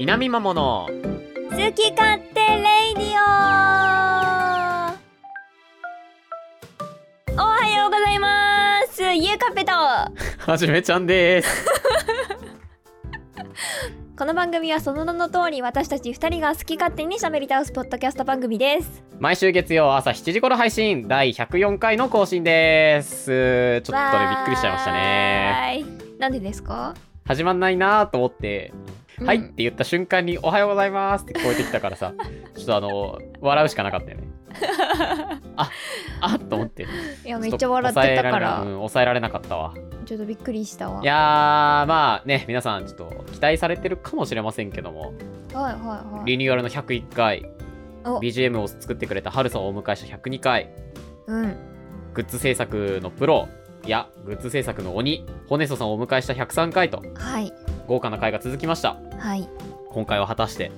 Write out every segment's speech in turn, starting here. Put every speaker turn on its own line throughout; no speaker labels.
南桃の
好き勝手レイディオおはようございますゆうかぺと
はじめちゃんです
この番組はその名の通り私たち二人が好き勝手に喋り倒すポッドキャスト番組です
毎週月曜朝7時頃配信第104回の更新ですちょっとねびっくりしちゃいましたね
わーいなんでですか
始まんないなーと思って「はい」っ
うん
て言った瞬間に「おはようございます」って聞こえてきたから さちょっとあの笑うしかなかったよねああっと思って
いやめっちゃ笑ってたか
ちょっと抑えられなう
ら
ん抑えられなかったわ
ちょっとびっくりしたわ
いやーまあね皆さんちょっと期待されてるかもしれませんけども
はいはいはい
リニューアルの101回
お
BGM を作ってくれたハルさんをお迎えした102回
うん
グッズ制作のプロいやグッズ制作の鬼ホネソさんをお迎えした103回と
はい
豪華な回が続きました
はい
今回は果たして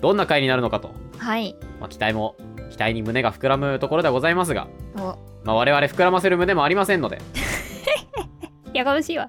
どんな回になるのかと、
はい
まあ、期待も期待に胸が膨らむところではございますが、
お
まあ、我々膨らませる胸もありませんので
やかましいわ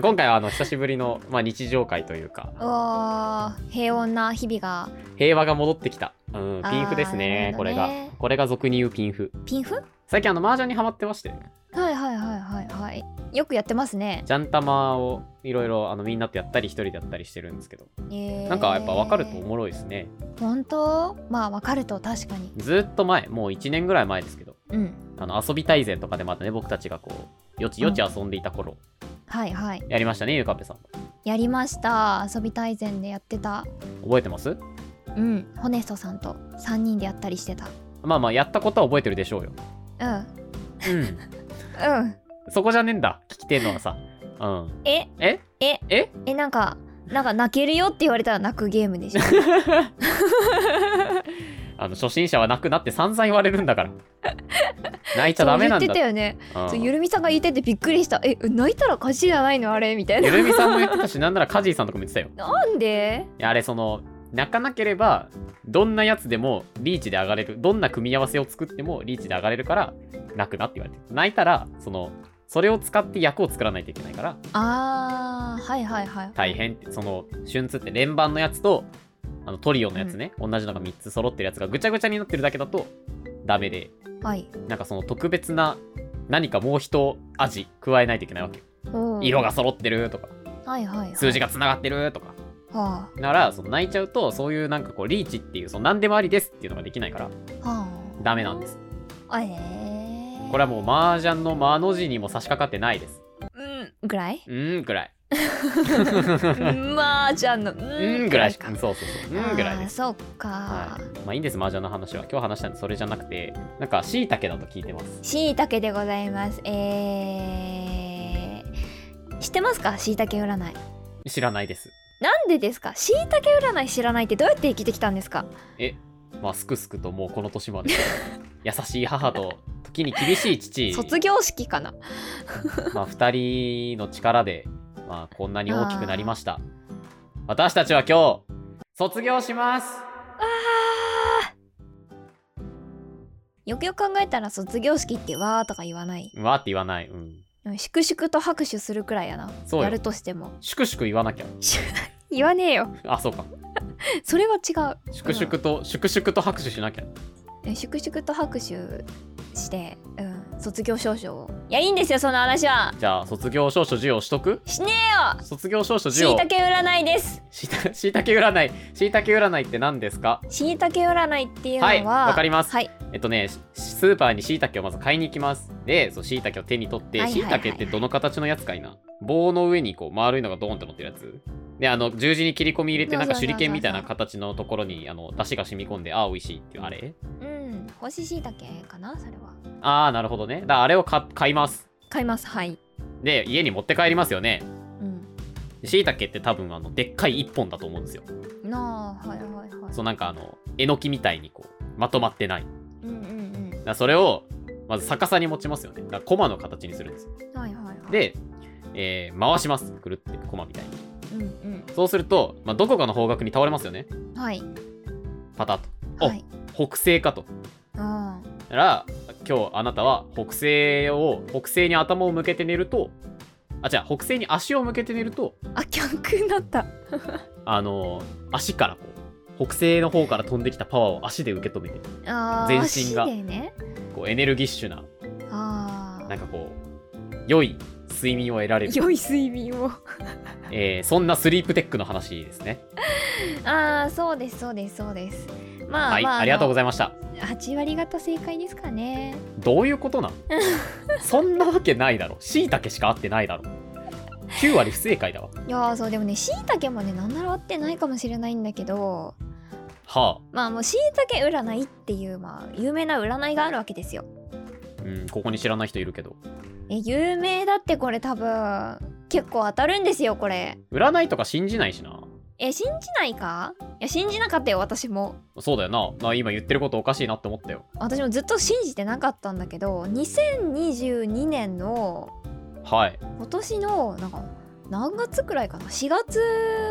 今回はあの久しぶりの、まあ、日常回というか
おー平穏な日々が
平和が戻ってきた、うん、ピンフですね
あーなるほ
こ
ど
れ
ね
がこれが俗に言うピンフ
ピンフ
最近あの麻雀にハマってまして
はいはいはいはいはいよくやってますね、
ジャンタマをいろいろあのみんなとやったり一人でやったりしてるんですけど、
えー
なんかやっぱ分かるとおもろいですね
本当まあ分かると確かに
ずっと前もう1年ぐらい前ですけど
うん
あの遊び大全とかでまたね僕たちがこうよちよち遊んでいた頃、
はいはい
やりましたねゆうかぺさんも
やりました遊び大全でやってた
覚えてます
うんホネストさんと3人でやったりしてた
まあまあやったことは覚えてるでしょうよ
うん
うん
うん
そこじゃねえんだ聞きてんのはさうん
え
え
え
え
えなんかなんか泣けるよって言われたら泣くゲームで しょ
あの初心者はなくなって散々言われるん だから泣いちゃダメなんだ
そう言ってたよね、
うん
そうゆるみさんが言っててびっくりしたえ泣いたら勝ちじゃないのあれみたいな
ゆるみさんも言ってたしなんならカジーさんとかも言ってたよ
なんで
いやあれその泣かなければどんなやつでもリーチで上がれるどんな組み合わせを作ってもリーチで上がれるから泣くなって言われてる泣いたらそのそれを使って役を作らないといけないから
あーはいはいはい
大変ってその瞬通って連番のやつとあのトリオのやつね、同じのが3つ揃ってるやつがぐちゃぐちゃになってるだけだとダメで
はい
なんかその特別な何かもう一味加えないといけないわけよ
うん
色が揃ってるとか
はいはい、はい、
数字がつながってるとか
は
だからその泣いちゃうとそういうなんかこうリーチっていうその何でもありですっていうのができないから
あ、はあ、
ダメなんです
あえー、
これはもう麻雀の間の字にも差し掛かってないです
うんぐらいう
ーんぐらい
まあじゃんのう
う
ー
ーん
ん
ぐらいし
か
かうんそうそうそううーんぐらいです
あーそうか、
はい、まあいいんです麻雀の話は今日話したんでそれじゃなくてなんかしいたけだと聞いてます
しいたけでございますえー、知ってますかしいたけ占いなん
知らないです
でですかしいたけ占い知らないってどうやって生きてきたんですか
えまあすくすくともうこの年まで優しい母と時に厳しい父
卒業式かな
まあ、2人の力で、まあ、こんなに大きくなりました。私たちは今日、卒業します
よくよく考えたら卒業式ってわーとか言わないう
わって言わない。うん。
うん粛々と拍手するくらいやな
そう
や
よ
る。としても
粛々言わなきゃ。
言わねえよ
あ、そうか。
それは違う
粛々と、粛々と拍手しなきゃ。
え粛々と拍手して、うん、卒業証書をいやいいんですよその話は
じゃあ、卒業証書授与しとく
しねえよ
卒業証書
し
授
いた
与。
け占いです
しいた、しいたけ占い。しいたけ占いって何ですか
しいたけ占いっていうのは
はいわかります
はい
えっとね、しスーパーにしいたけをまず買いに行きます。で、そう、しいたけを手に取って
は、いはい
し
はいい
たけってどの形のやつかいな。棒の上にこう丸いのがドーンって乗ってるやつ。で、あの、十字に切り込み入れて、なんか
そう
手
そう
裏
そうそう
剣みたいな形のところに、あの、出汁が染み込んで、ああ、美味しいっていう、あれ
うん干ししいたけかなそれは
ああ、なるほどね。だからあれを買買います。
買いますはい
で、家に持って帰りますよね。
うん
しいたけって多分、あの、でっかい一本だと思うんですよ。
なあはいはいはい
そう、なんかあの、えのきみたいにこう、まとまってない。だか
うんうん
らそれを、まず逆さに持ちますよね。だからコマの形にするんですよ
うんはいはいはい、
で、えー回しますくるってコマみたいに
うん
そうすると、まあ、どこかの方角に倒れますよね
うんはい
パタッとお、
はい
北西かと
あ
だから今日あなたは北西を北西に頭を向けて寝るとあ違う北西に足を向けて寝ると
あ逆になった
あの足からこう北西の方から飛んできたパワーを足で受け止めて
あ
全身が
足でね
こうエネルギッシュな
あー
なんかこう良い睡眠を得られる、
良い睡眠を
えーそんなスリープテックの話ですね
ああそうですそうですそうですまあ、
はい、
まあ、
ありがとうご
ざ
ざ
い
いました
ます8割方正解ですかね
どういうことなん そんなわけないだろしいたけしか合ってないだろ9割不正解だわ
いやーそうでもねしいたけもねなんなら合ってないかもしれないんだけど
は
まあもうしいたけ占いっていうまあ有名な占いがあるわけですよ
あ、うん、ここに知らない人いるけど
え有名だってこれ多分結構当たるんですよこれ
占いとか信じないしな
え信じないかいや信じなかったよ私も
そうだよなな今言ってることおかしいなって思ったよ
私もずっと信じてなかったんだけど2022年の
はい
今年のなんか何月くらいかな4月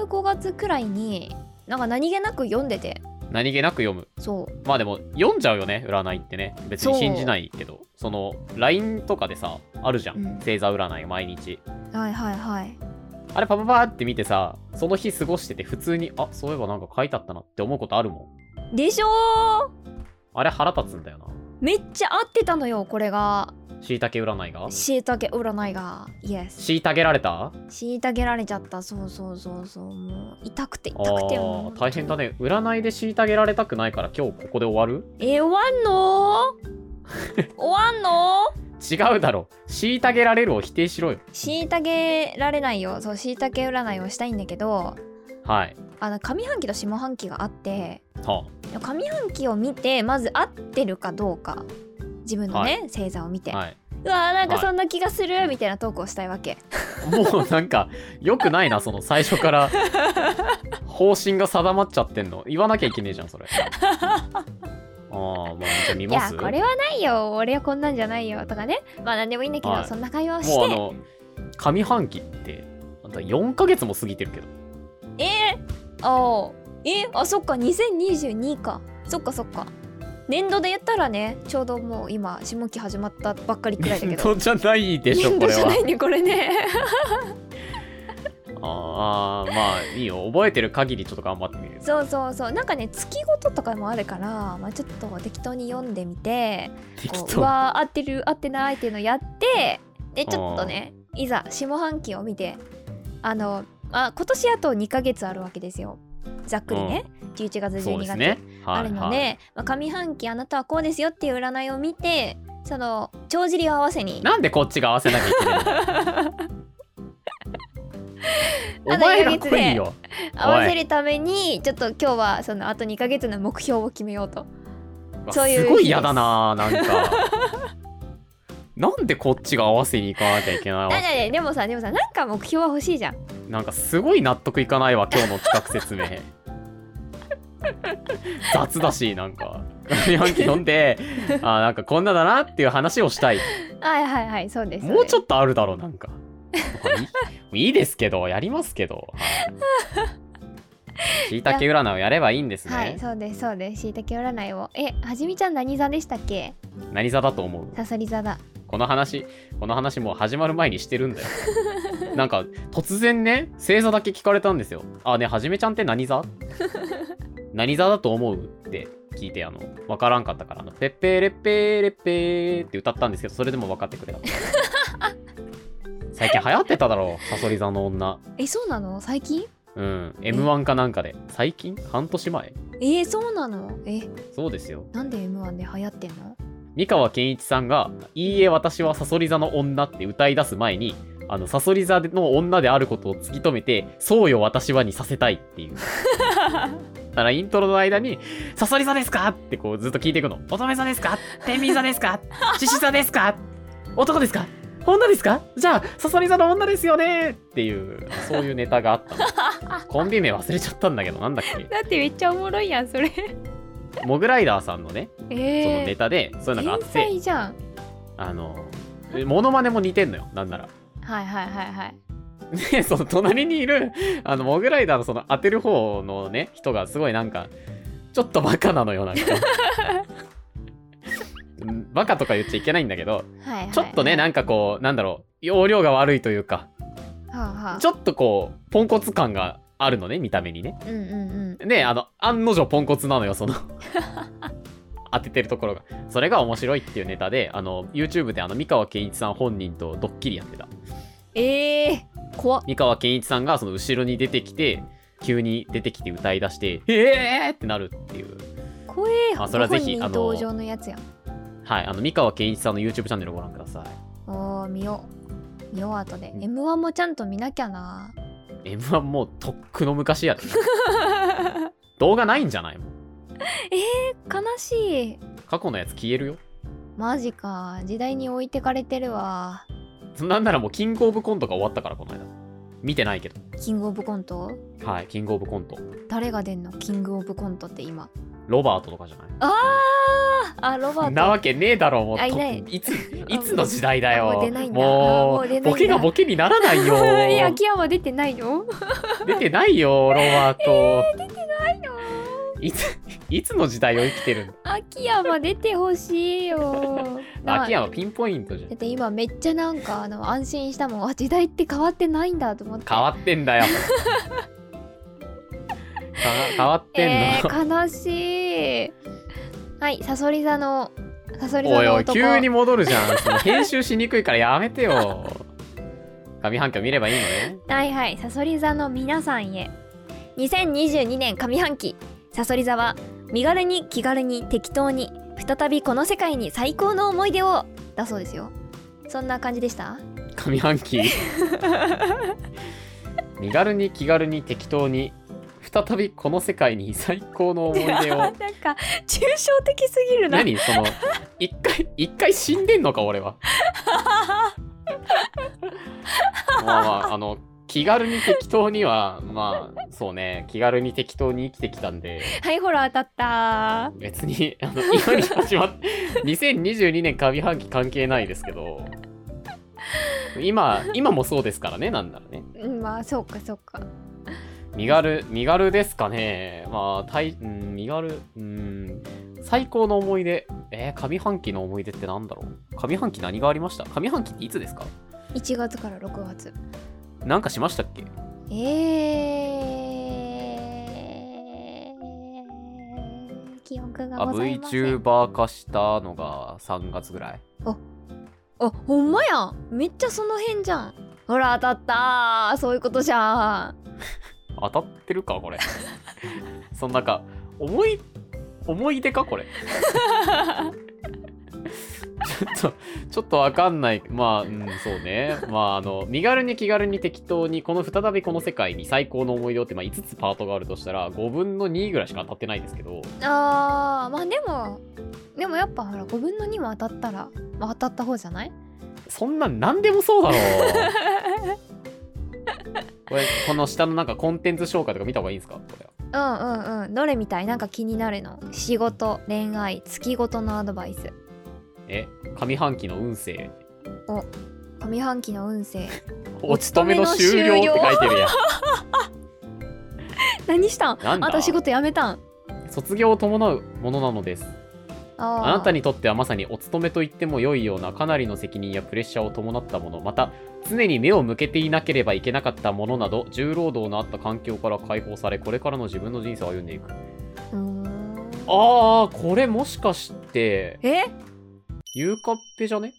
5月くらいになんか何気なく読んでて
何気なく読む
そう
まあでも読んじゃうよね占いってね別に
そう
信じないけどその LINE とかでさあるじゃん、
うん
星座占い毎日
はいはいはい
あれパパパーって見てさその日過ごしてて普通にあそういえばなんか書いてあったなって思うことあるもん
でしょー
あれ腹立つんだよな
めっちゃ合ってたのよこれが
しいたけ占いが
しいたけ占いがイエス
虐げられた
しいたけられちゃったそうそうそうそうもう痛くて痛
あ
くても
ー
う
大変だね占いで虐げられたくないから今日ここで終わる
え終わ んの終わんの
違うだろ虐げられるを否定しろよ
虐げられないよそう虐げ占いをしたいんだけど
はい
あの上半期と下半期があって
は
上半期を見てまず合ってるかどうか自分のね、星座を見て、
あ、はいう
わーなんか
はい
そんな気がする、みたいなトークをしたいわけ
もうなんか良くないなその最初から方針が定まっちゃってんの言わなきゃいけねえじゃんそ れああまあじゃあ見
い
ま
や
す
これはないよ俺はこんなんじゃないよとかねまあ何でもいいんだけど、
はい
そんな会
も
話を
うあ
して
の上半期ってあんた4ヶ月も過ぎてるけど
えー、あーえあそっか2022かそっかそっか年度で言ったらねちょうどもう今下期始まったばっかりくらいだけ
年
ど
度じゃないでしょ
年
こ
度
れ
じゃ
は
ないねこれね
ああまあいいよ覚えてる限りちょっと頑張ってみる
そうそうそうなんかね月ごととかもあるから、まあ、ちょっと適当に読んでみて
適
こうう
当
わー合ってる合ってないっていうのやってでちょっとねいざ下半期を見てあのあ今年あと2ヶ月あるわけですよざっくりね、11月
そう
12
です
月、
ね
あ
はい
るの
は
で、
い
まあ、上半期あなたはこうですよっていう占いを見てその帳尻を合わせに
なんでこっちが合わせなきゃいけない のお
あと
前
1ヶ
ら
月で
来いよ
合わせるためにちょっと今日はそのあと2ヶ月の目標を決めようと
わ
そういう日
すごい嫌だななん かなんでこっちが合わせに行かなきゃいけないわ
だからねでもさでもさなんか目標は欲しいじゃん
なんかすごい納得いかないわ今日の企画説明 雑だしなんか上半期飲ん であなんかこんなだなっていう話をしたい
はいはいはいそうです
もうちょ
っ
っとあるだろうなんかまあいいいいですけどやりますけ どしいたけ占いをやればいいんですね、
はいそうですそうですしいたけ占いをえはじみちゃん何座でしたっけ
何座だと思う
さそり座だ
この話この話もう始まる前にしてるんだよ なんか突然ね星座だけ聞かれたんですよあねはじめちゃんって何座何座だと思うって聞いてあの分からんかったからあの「ペッペーレッペーレッペー」って歌ったんですけどそれでも分かってくれなかった最近流行ってただろうさそり座の女
えそうなの最近
うん、M1 かなんかで最近半年前
えー、そうなのえ
そうですよ
なんで M1 で流行ってんの
三河健一さんが「いいえ私はサソリ座の女」って歌い出す前にあのサソリ座の女であることを突き止めて「そうよ私は」にさせたいっていうだからイントロの間に「サソリ座ですか?」ってこうずっと聞いていくの「乙女座ですか天秤座ですか獅子座ですか男ですか女ですかじゃあサソリ座の女ですよね」っていうそういうネタがあったのコンビ名忘れちゃったんだけどなんだっけ
だってめっちゃおもろいやんそれ
モグライダーさんのね、
え
そのネ
ー、
タでそういうのがあっ
天
て、
才じゃん
あの、えモノマネも似てんのよ、なん なら。
はいはいはいはい
で、その隣にいる、あの、モグライダーのその当てる方のね、 人がすごいなんか、ちょっとバカなのよ、なんか。うんバカとか言っちゃいけないんだけど、
はいはい
ちょっとね、なん
か、
かこう、なんだろう、容量が悪いというか、
はあはあ
ちょっとこう、ポンコツ感があるのね、見た目にね。
うんうんうん
ねあの、案の定ポンコツなのよ、そ の。当ててるところがそれが面白いっていうネタであの YouTube であの三河健一さん本人とドッキリやってた
ええー、怖っ
三河健一さんがその後ろに出てきて急に出てきて歌い出して「えー!」ってなるっていう
怖え
あそれはぜひ
ご本人
あの
同情のやつや
はいあの三河健一さんの YouTube チャンネルご覧ください
おー見よう見よう後で、
うん
M1 もちゃんと見なきゃな
m 1もうとっくの昔 やで動画ないんじゃないもん
悲しい
過去のやつ消えるよ
マジか時代に置いてかれてるわ
そんなんならもうキングオブコントが終わったからこの間見てないけど
キングオブコント
はいキングオブコント
誰が出んのキングオブコントって今
ロバートとかじゃない
あーあロバート
なわけねえだろもう
あいない
といついつの時代だ
あ
よ
もう出ないんだあも
も
う
う
出ないんだ
ボケがボケにならない
いや
よ
秋山出てないの
出てない よロバート、
ないの
いついつの時代を生きてるんだ
秋山出てほしいよな
秋山ピンポイントじゃん
だって今めっちゃなんかあの安心したもんあ時代って変わってないんだと思って
変わってんだよか変わってんの、
えー、悲しいはいサソリ座のサソリ座
おい
の
おい
男
急に戻るじゃんその編集しにくいからやめてよ上半期を見ればいいのね
はいはいサソリ座の皆さんへ2022年上半期サソリ座は身軽に気軽に適当に再びこの世界に最高の思い出をだそうですよそんな感じでした
上半期身軽に気軽に適当に再びこの世界に最高の思い出
な
を
んか抽象的すぎる な
何その一回一回死んでんのか俺はまあまああの気軽に適当にはまあそうね気軽に適当に生きてきたんで
はいほら当たった
別にあの今に始まっ2022年上半期関係ないですけど今今もそうですからねなんならね
うんまあそうかそうか
身軽身軽ですかねまあたい、うん、身軽うん最高の思い出えー、上半期の思い出ってなんだろう上半期何がありました上半期っていつですか
1月から6月
なんかしましたっけ
えー、記憶が
あ
ございません
VTuber 化したのが3月ぐらい
あほんまやんめっちゃその辺じゃんほら当たったーそういうことじゃん
当たってるかこれ そんなんか思い思い出かこれ ちょっとちょっとわかんないまあうんそうねまああの身軽に気軽に適当にこの再びこの世界に最高の思い出をって、まあ、5つパートがあるとしたら5分の2ぐらいしか当たってないですけど
あーまあでもでもやっぱほら5分の2も当たったら、まあ、当たった方じゃない
そんなん何でもそうだ ろうこれこの下のなんかコンテンツ紹介とか見た方がいいんですかこれは
うんうんうんどれみたいなんか気になるの仕事恋愛月ごとのアドバイス
え上半期の運勢
上半期の運勢
お勤めの終了って書いてるやん
何したん
なんだ
あんた仕事辞めたん
卒業を伴うものなのです
あー
あなたにとってはまさにお勤めと言っても良いようなかなりの責任やプレッシャーを伴ったものまた常に目を向けていなければいけなかったものなど重労働のあった環境から解放されこれからの自分の人生を歩んでいくあ
うーん
あーこれもしかして
え
ゆうかっぺじゃね
え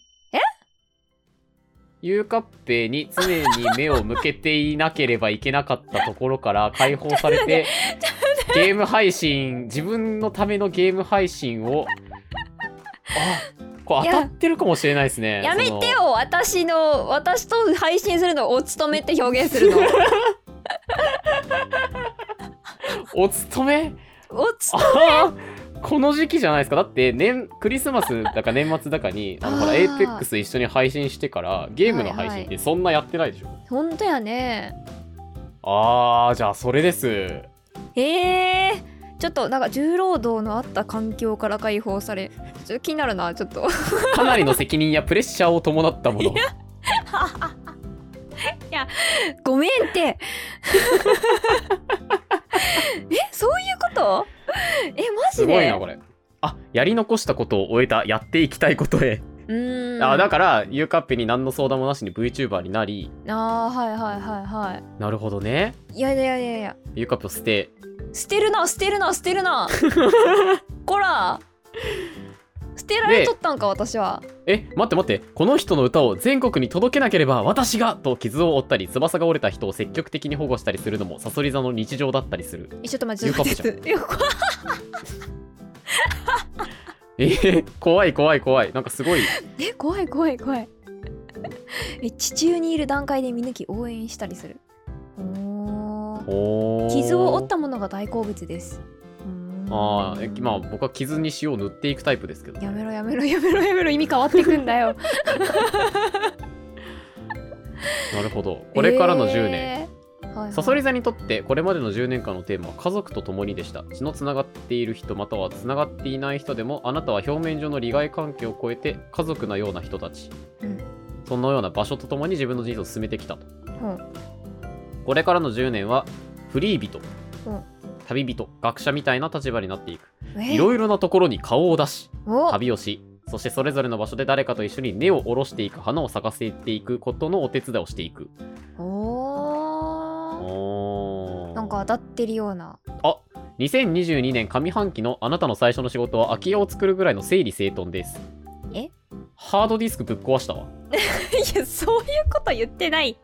ゆうかっぺに常に目を向けていなければいけなかったところから 解放されてゲーム配信自分のためのゲーム配信をあこれ当たってるかもしれないですね
やめ
その
てよ私の私と配信するのをお勤めって表現す るの
お勤め
おつ
あーこの時期じゃないですかだって年クリスマスだか年末だかにあのほ
あ
ら
ー
APEX 一緒に配信してからゲームの配信ってそんなやってないでしょ、
本当やね
あーじゃあそれです
えー、ちょっとなんか重労働のあった環境から解放されちょっと気になるなちょっと
かなりの責任やプレッシャーを伴ったもの。
ごめん ってえそういうことえマ
す
ジ
ごいな、
で
これ。あやり残したことを終えたやっていきたいことへ、
うーん
あだ
か
からゆうかっぺに何の相談もなしに VTuber になり
あーはいはいはいは
なるほどね
いいやいやいやいや
ゆうかっぺを捨て
捨てるな捨てるな捨てる なこら捨てられとったんか私は
え待って待ってこの人の歌を全国に届けなければ私がと傷を負ったり翼が折れた人を積極的に保護したりするのもサソリ座の日常だったりする
えちょっと待ってちょっと待って
えー怖い怖い怖いなんかすごい
え怖い怖い怖い え地中にいる段階で見抜き応援したりするおー
おー
傷を負ったものが大好物ですうーん
あーえまあ僕は傷に塩を塗っていくタイプですけどね、
やめろやめろやめろやめろ意味変わってくんだよ
なるほど これからの10年、
えーはいはい、
サソリ座にとってこれまでの10年間のテーマは家族と共にでした血のつながっている人またはつながっていない人でもあなたは表面上の利害関係を超えて家族のような人たち、
うん
そのような場所とともに自分の人生を進めてきたと、
うん
これからの10年はフリー人、
うん
旅人学者みたいな立場になっていく
え
いろいろなところに顔を出し
お
旅をしそしてそれぞれの場所で誰かと一緒に根を下ろしていく花を咲かせていくことのお手伝いをしていく
おー
おー
なんか当たってるような
2022年上半期のあなたの最初の仕事は空き家を作るぐらいの整理整頓です
え
ハードディスクぶっ壊したわ
いやそういうこと言ってない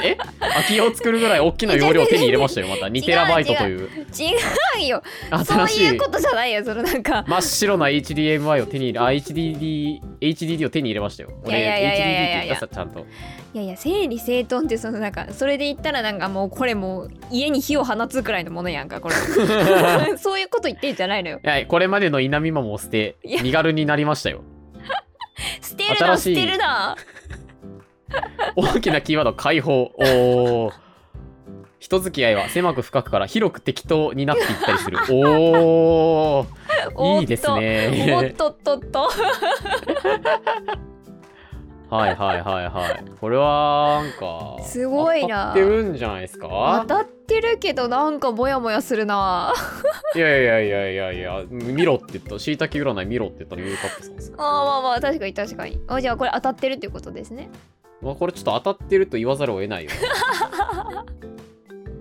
え空き家を作るぐらい大きな容量を手に入れましたよまた2テラバイトという
違うよそう
新し
いう
い
ことじゃないよそのなんか
真っ白な HDMI を手に入れあ HDD HDD を手に入れましたよ俺
いやいやいやいやいや
HDD って言ったさちゃんと
いやいや整理整頓ってそのなんかそれで言ったらなんかもうこれもう家に火を放つくらいのものやんかこ れそういうこと言ってんじゃないのよ
はいこれまでの稲見ママを捨て
いや
身軽になりましたよ
捨てるな
新
捨
しい
てるな
大きなキーワード解放おー人付き合いは狭く深くから広く適当になっていったりす るおー
おっと
いいです
おっ
ね。
とっと っと
はいはいはいはい。これはなんか
すごいな
当たってるんじゃないです
当
か。
たってるけどなんかモヤモヤするない
やいやいやいやいや見ろって言った。椎茸占い見ろって言ったのゆうかっぺさんですか。
あーまあまあ確かに確かにあじゃあこれ当たってるっていうことですね
まあこれちょっと当たってると言わざるを得ないよ。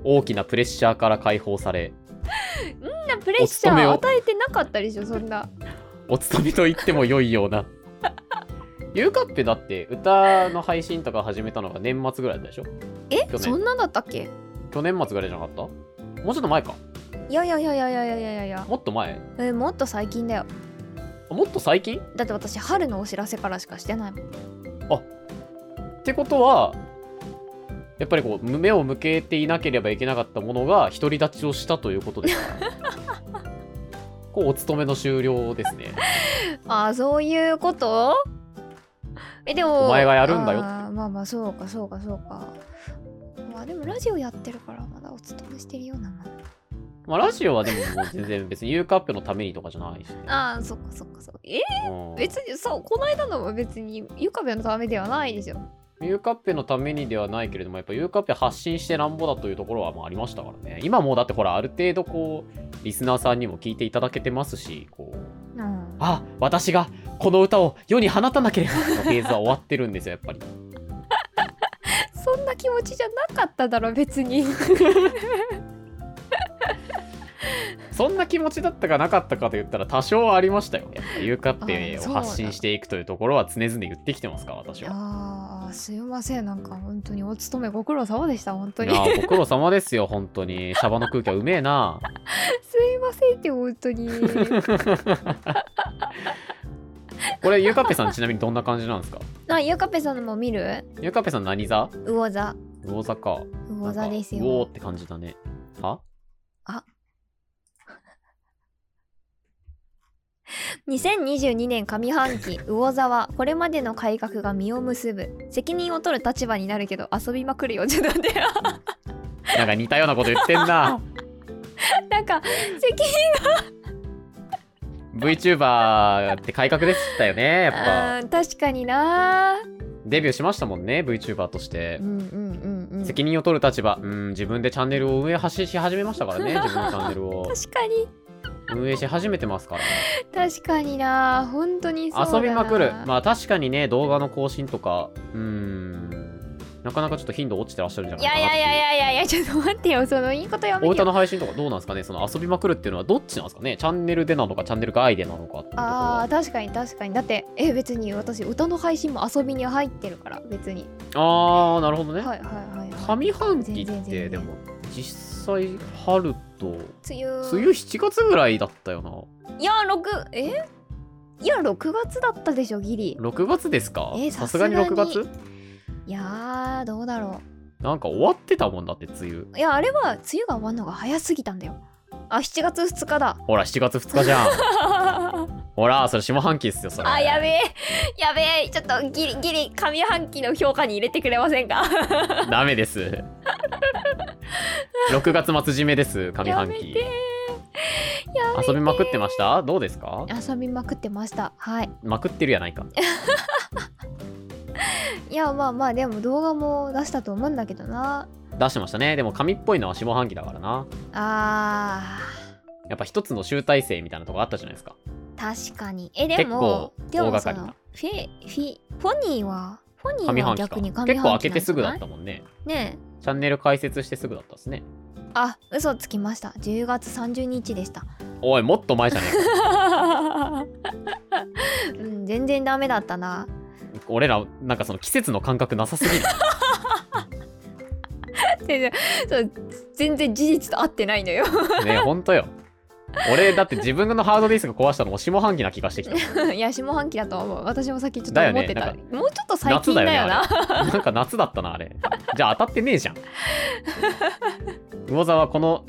大きなプレッシャーから解放され、
そんなプレッシャー与えてなかったでしょそんな
お勤めと言っても良いような。 ゆうかっぺだって歌の配信とか始めたのが年末ぐらいだったでしょ去
え
年
そんなんだったっけ
去年末ぐらいじゃなかったもうちょっと前か
いやいやいやいやいやいやいやいや
もっと前
えもっと最近だよ
あもっと最近
だって私春のお知らせからしかしてないもん
ってことはやっぱりこう目を向けていなければいけなかったものが独り立ちをしたということですか こうお勤めの終了ですね
あーそういうことえでも
お前がやるんだよって
あーまあまあそうかそうかそうかまあでもラジオやってるからまだお勤めしてるようなもん
まあラジオはでももう全然別に U カップのためにとかじゃないし、ね
ああそっかそっかそうえ
うん、
別にそうこの間のも別にゆかべのためではないですよ
U カップのためにではないけれどもやっぱ U カップ発信してなんぼだというところはまあありましたからね今もうだってほらある程度こうリスナーさんにも聞いていただけてますしこう
うん
あ私がこの歌を世に放たなければのフェーズは終わってるんですよやっぱり
そんな気持ちじゃなかっただろ別に
そんな気持ちだったかなかったかと言ったら多少はありましたよやっぱユーカッペ
あそう
を
だ
発信していくというところは常々言ってきてますから私は
ああすいませんなんか本当にお勤めご苦労様でした本当
い
に
や
す
ーご苦労様ですよ本当にシャバの空気はうめえない
ませんって本 当に
これユーカッペさんちなみにどんな感じなんですか
あゆかべさんのも見る
ユーカッペさん何座
魚座
魚座か
魚座です
なんかうおー
よ
って感じだねは
2022年上半期魚座はこれまでの改革が実を結ぶ責任を取る立場になるけど遊びまくるよちょっと待ってよ
なんか似たようなこと言ってんな
なんか責任
VTuber って改革でしたよねやっぱ
あー確かにな
デビューしましたもんね VTuber として
うんうんうんうん
責任を 取る立場うん自分でチャンネルを運営発信し始めましたからね自分のチャンネルを
確かに
う運営し始めてますから
確かにな本当に そうだな
遊びまくるまあ確かにね動画の更新とかうーんなかなかちょっと頻度落ちてらっしゃるんじゃ
い
ないか
や
ない
やいやいやいやちょっと待ってよそのいいことやめ
お歌
てよ
の配信とかどうなんですかねその遊びまくるっていうのはどっちなんですかねチャンネルでなのかチャンネル外でなのかっていうところ
ああ確かに確かにだってえ別に私歌の配信も遊びに入ってるから別に
あーなるほどね、
はいはいはい、はい、
上半期
全然
っ
全然
てでも実際春と
梅雨
梅雨7月ぐらいだったよない
や6えいや6月だったでしょギリ
6月ですか
え
さすがに
さす
6
がに
月
いやーどうだろ
なんか終わってたもんだって梅雨
ういやあれは梅雨が終わるのが早すぎたんだよあ7月2日だ
ほら7月2日じゃんほらそれ下半期っすよそれ
あやべえやべえちょっとギリギリ上半期の評価に入れてくれませんか
ダメです 6月末締めです上
や
半
め
期
てや
遊びまくってましたどうですか
遊びまくってましたはい
まくってるやないか
いやまあまあでも動画も出したと思うんだけどな
出してましたねでも紙っぽいのは下半期だからな
あー
やっぱ一つの集大成みたいなとこあったじゃないですか
確かにえで
結構
もでも
大掛
さ
か
フェフィフォニーはフォニ
上
ー
半
は
期か
逆に上半期
結構開けてすぐだ
なん
っ
じ
たもんね
ゃないねえ
チャンネル開設してすぐだったっすね
あ、嘘つきました。10月30日で した。
おいもっと前じゃねえか
うん、全然ダメだったな。
俺らなんかその季節の感覚なさすぎる
全然、 そう全然事実と合ってないのよ。
ねえほんとよ俺だって自分のハードディスク壊したのも下半期な気がしてき た
いや、下半期だと思う。私もさっきちょっと
だよね
思ってた。
なん
もうちょっと最近だよな。
夏だよねあれなんか夏だったなあれじゃあ当たってねえ じゃん魚座はこの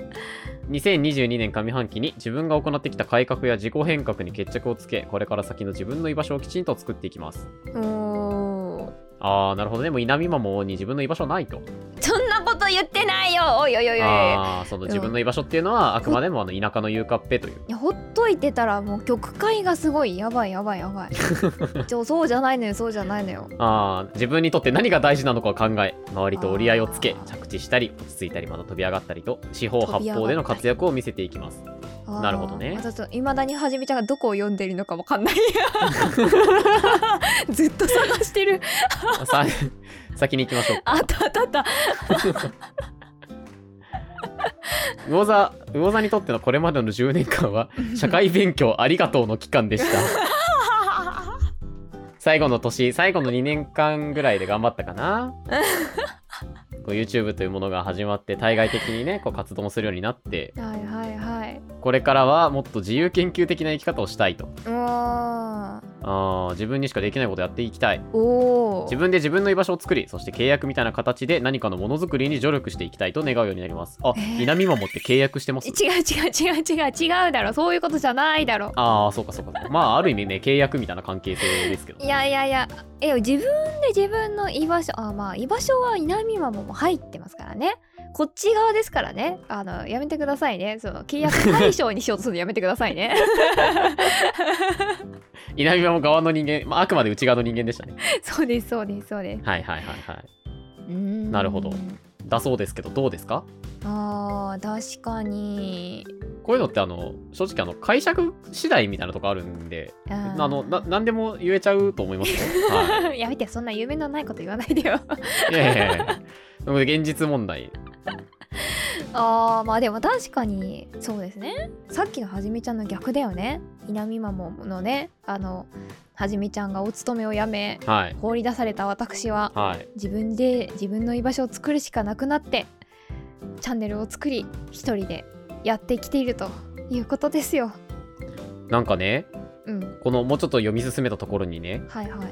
2022年上半期に自分が行ってきた改革や自己変革に決着をつけこれから先の自分の居場所をきちんと作っていきます
おー
あーなるほどねもう稲見まもに自分の居場所ないと
そんなこと言ってないよ。おいおいおいおい。い
あーその自分の居場所っていうのはあくまでもあの田舎の床っぺという
やほっといてたらもう曲解がすごいやばいやばいや ばいちょそうじゃないのよそうじゃないのよ
あー自分にとって何が大事なのかを考え周りと折り合いをつけ
あー
着地したり落ち着いたりまた飛び上がったりと四方八
飛び上
方
がった
で
り
の活躍を見せていきます
あー
なるほどね
まあちょっといまだにはじめちゃんがどこを読んでるのかわか んないずっと探してる
さ 先に行きましょう
あったあったあった
魚座魚座にとってのこれまでの10年間は社会勉強ありがとうの期間でした 最後の年最後の2年間ぐらいで頑張ったかなこう YouTube というものが始まって対外的にねこう活動もするようになって
はいはいはい
これからはもっと自由研究的な生き方をしたいと
うわ
あー自分にしかできないことやっていきたい
ーおお
自分で自分の居場所を作りそして契約みたいな形で何かのものづくりに助力していきたいと願うようになりますあ
えー
稲見守って契約してます
違う違う違う違う違うだろそういうことじゃないだろ
ああそうかそうかまあある意味ね契約みたいな関係性ですけど
いやいやいやえ自分で自分の居場所あまあ居場所は稲見ママも入ってますからねこっち側ですからねあのやめてくださいねその契約対象にしようとするのやめてくださいね
稲見も側の人間、まあ、あくまで内側の人間でしたね
そうですそうですそうです。
はいはいはいはいう
ーん
なるほどだそうですけどどうですか
あー確かに。
こういうのってあの正直あの解釈次第みたいなとこあるんで
あ
あ
ー
のな何でも言えちゃうと思いますよ、は
やめてそんな夢のないこと言わないでよ。
い、いやいやいやなので現実問題
あーまあでも確かにそうですね。さっきのはじめちゃんの逆だよね。稲見マモのねあのはじめちゃんがお勤めを辞め
はい
放り出された私は
はい
自分で自分の居場所を作るしかなくなってチャンネルを作り一人でやってきているということですよ。
なんかね
うん
このもうちょっと読み進めたところにね
はいはい。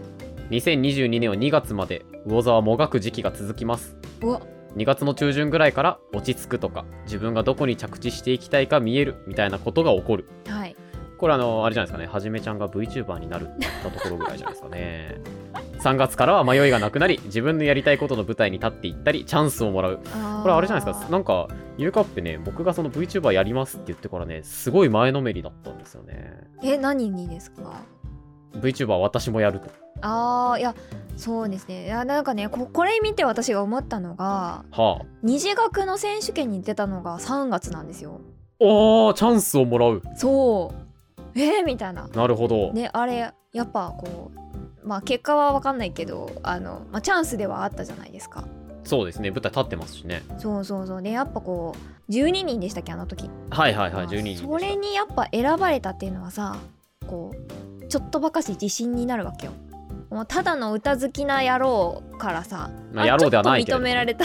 2022年を2月まで魚座はもがく時期が続きます
うわ
2月の中旬ぐらいから落ち着くとか自分がどこに着地していきたいか見えるみたいなことが起こる
はい。
これあのあれじゃないですかねはじめちゃんが VTuber になるって言ったところぐらいじゃないですかね3月からは迷いがなくなり自分のやりたいことの舞台に立っていったりチャンスをもらうこ
こ
れあれじゃないですかなんかゆうかっぺね僕がその VTuber やりますって言ってからねすごい前のめりだったんですよね
え何にですか
VTuber 私もやると
あーいやそうですねいやなんかねここれ見て私が思ったのが
は
二次学の選手権に出たのが3月なんですよ
おーチャンスをもらう
そうえー、みたいな
なるほど、
ねあれやっぱこうまあ結果は分かんないけどあの、まあ、チャンスではあったじゃないですか
そうですね舞台立ってますしね
そうそうそうでやっぱこう12人でしたっけあの時
はいはいはい
まあ
12人でした
それにやっぱ選ばれたっていうのはさこうちょっとばかし自信になるわけよもうただの歌好きな野郎からさ、
まあ野郎ではない
ち
け
ょ
れど
っと
も
認められた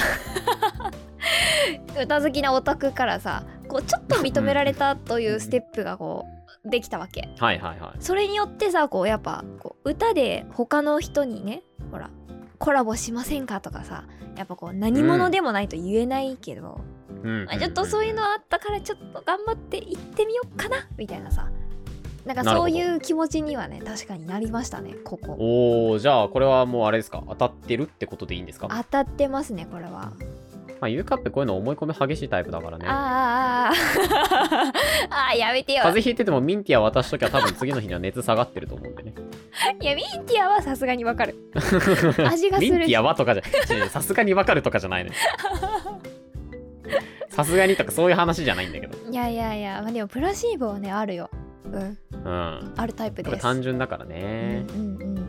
歌好きなオタクからさこうちょっと認められたというステップがこうできたわけ
はいはいはい
それによってさこうやっぱこう歌で他の人にねほらコラボしませんかとかさやっぱこう何者でもないと言えないけど、
うん
まあ、ちょっとそういうのあったからちょっと頑張って行ってみようかなみたいなさなんかそういう気持ちにはね確かになりましたねここ
おおじゃあこれはもうあれですか当たってるってことでいいんですか
当たってますねこれは、
まあ、ゆうかっぺこういうの思い込み激しいタイプだからね
あーあーあ ーあーやめてよ
風邪ひいててもミンティア渡しときは多分次の日には熱下がってると思うん でね
いやミンティアはさすがにわ かる味がす
ミンテ
る
ィアはとかじゃ違う違うさすがにわかるとかじゃ ないのよさすがにとかそういう話じゃないんだけど
いやいやいや、まあ、でもプラシーボはねあるようん
うん
あるタイプ
こ
で
れ
す
単純だから
う
ね
ん、うんうん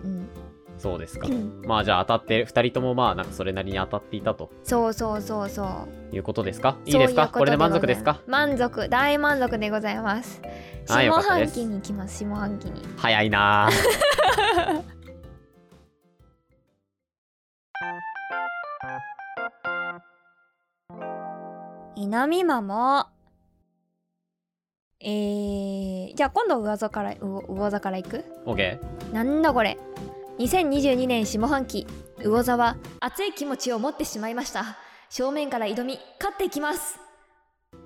そうですか
うんうん
まあじゃあ当たって2人ともまあなんかそれなりに当たっていたと
そうそうそうそう
いうことですかいいですか
そううと
これで満足ですか
ございます満足大満足でございます
はいよ
下
かったで
半
す
期に来ます下半期に
早いなあ
南マもえー、じゃあ今度魚座から魚魚座から行く
OK
なんだこれ2022年下半期魚座は熱い気持ちを持ってしまいました正面から挑み勝っていきます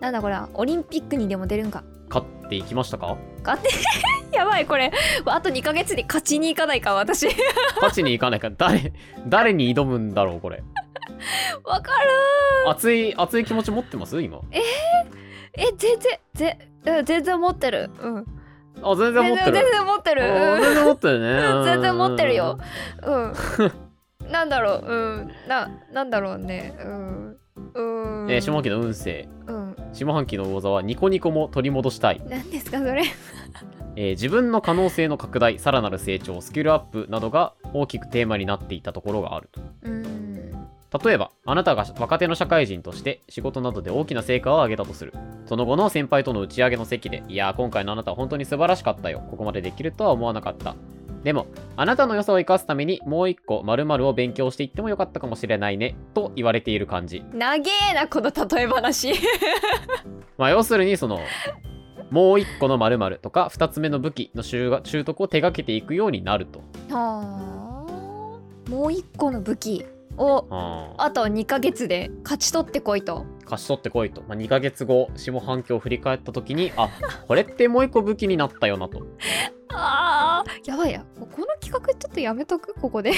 なんだこれはオリンピックにでも出るんか
勝っていきましたか
勝って やばいこれあと2ヶ月で勝ちに行かないか私
勝ちに行かないから誰誰に挑むんだろうこれ
わかる
熱い熱い気持ち持ってます今
え全然ぜ、うん、全然持ってるうん
あ全然持って
全
る
然持ってる
あ
うん
全然持ってるねうん
全然持ってるよう んなんだろううんななんだろうねうんうん
えー下半期の運勢
うん
下半期の魚座はニコニコも取り戻したい、
何ですかそれ
えー自分の可能性の拡大さらなる成長スキルアップなどが大きくテーマになっていたところがあると
うん
例えばあなたが若手の社会人として仕事などで大きな成果を上げたとするその後の先輩との打ち上げの席でいやー今回のあなたは本当に素晴らしかったよここまでできるとは思わなかったでもあなたの良さを生かすためにもう一個〇〇を勉強していってもよかったかもしれないねと言われている感じ
長えなこの例え話
まあ要するにそのもう一個の〇〇とか二つ目の武器の習が習得を手掛けていくようになると
はあもう一個の武器を
あー
あと2ヶ月で勝ち取ってこいと
貸し取ってこいと、まあ、2ヶ月後下半期を振り返った時にあこれってもう一個武器になったよなと
あーやばいやこの企画ちょっとやめとくここで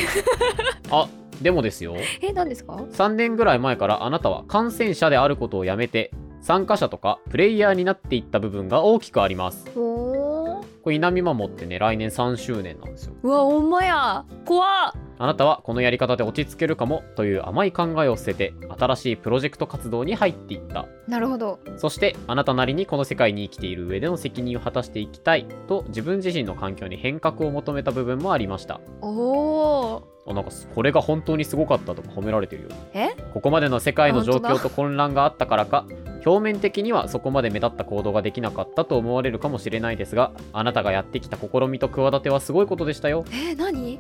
あでもですよ
え何ですか
3年ぐらい前からあなたは感染者であることをやめて参加者とかプレイヤーになっていった部分が大きくあります
おー
これ稲見守ってね来年3周年なんですよ
うわほんまや怖っ
あなたはこのやり方で落ち着けるかもという甘い考えを捨てて新しいプロジェクト活動に入っていった
なるほど
そしてあなたなりにこの世界に生きている上での責任を果たしていきたいと自分自身の環境に変革を求めた部分もありました
おー
あなんかすこれが本当にすごかったとか褒められてるよ
え
ここまでの世界の状
あ本
況
当
と混乱があったからか表面的にはそこまで目立った行動ができなかったと思われるかもしれないですがあなたがやってきた試みと企てはすごいことでしたよ
え何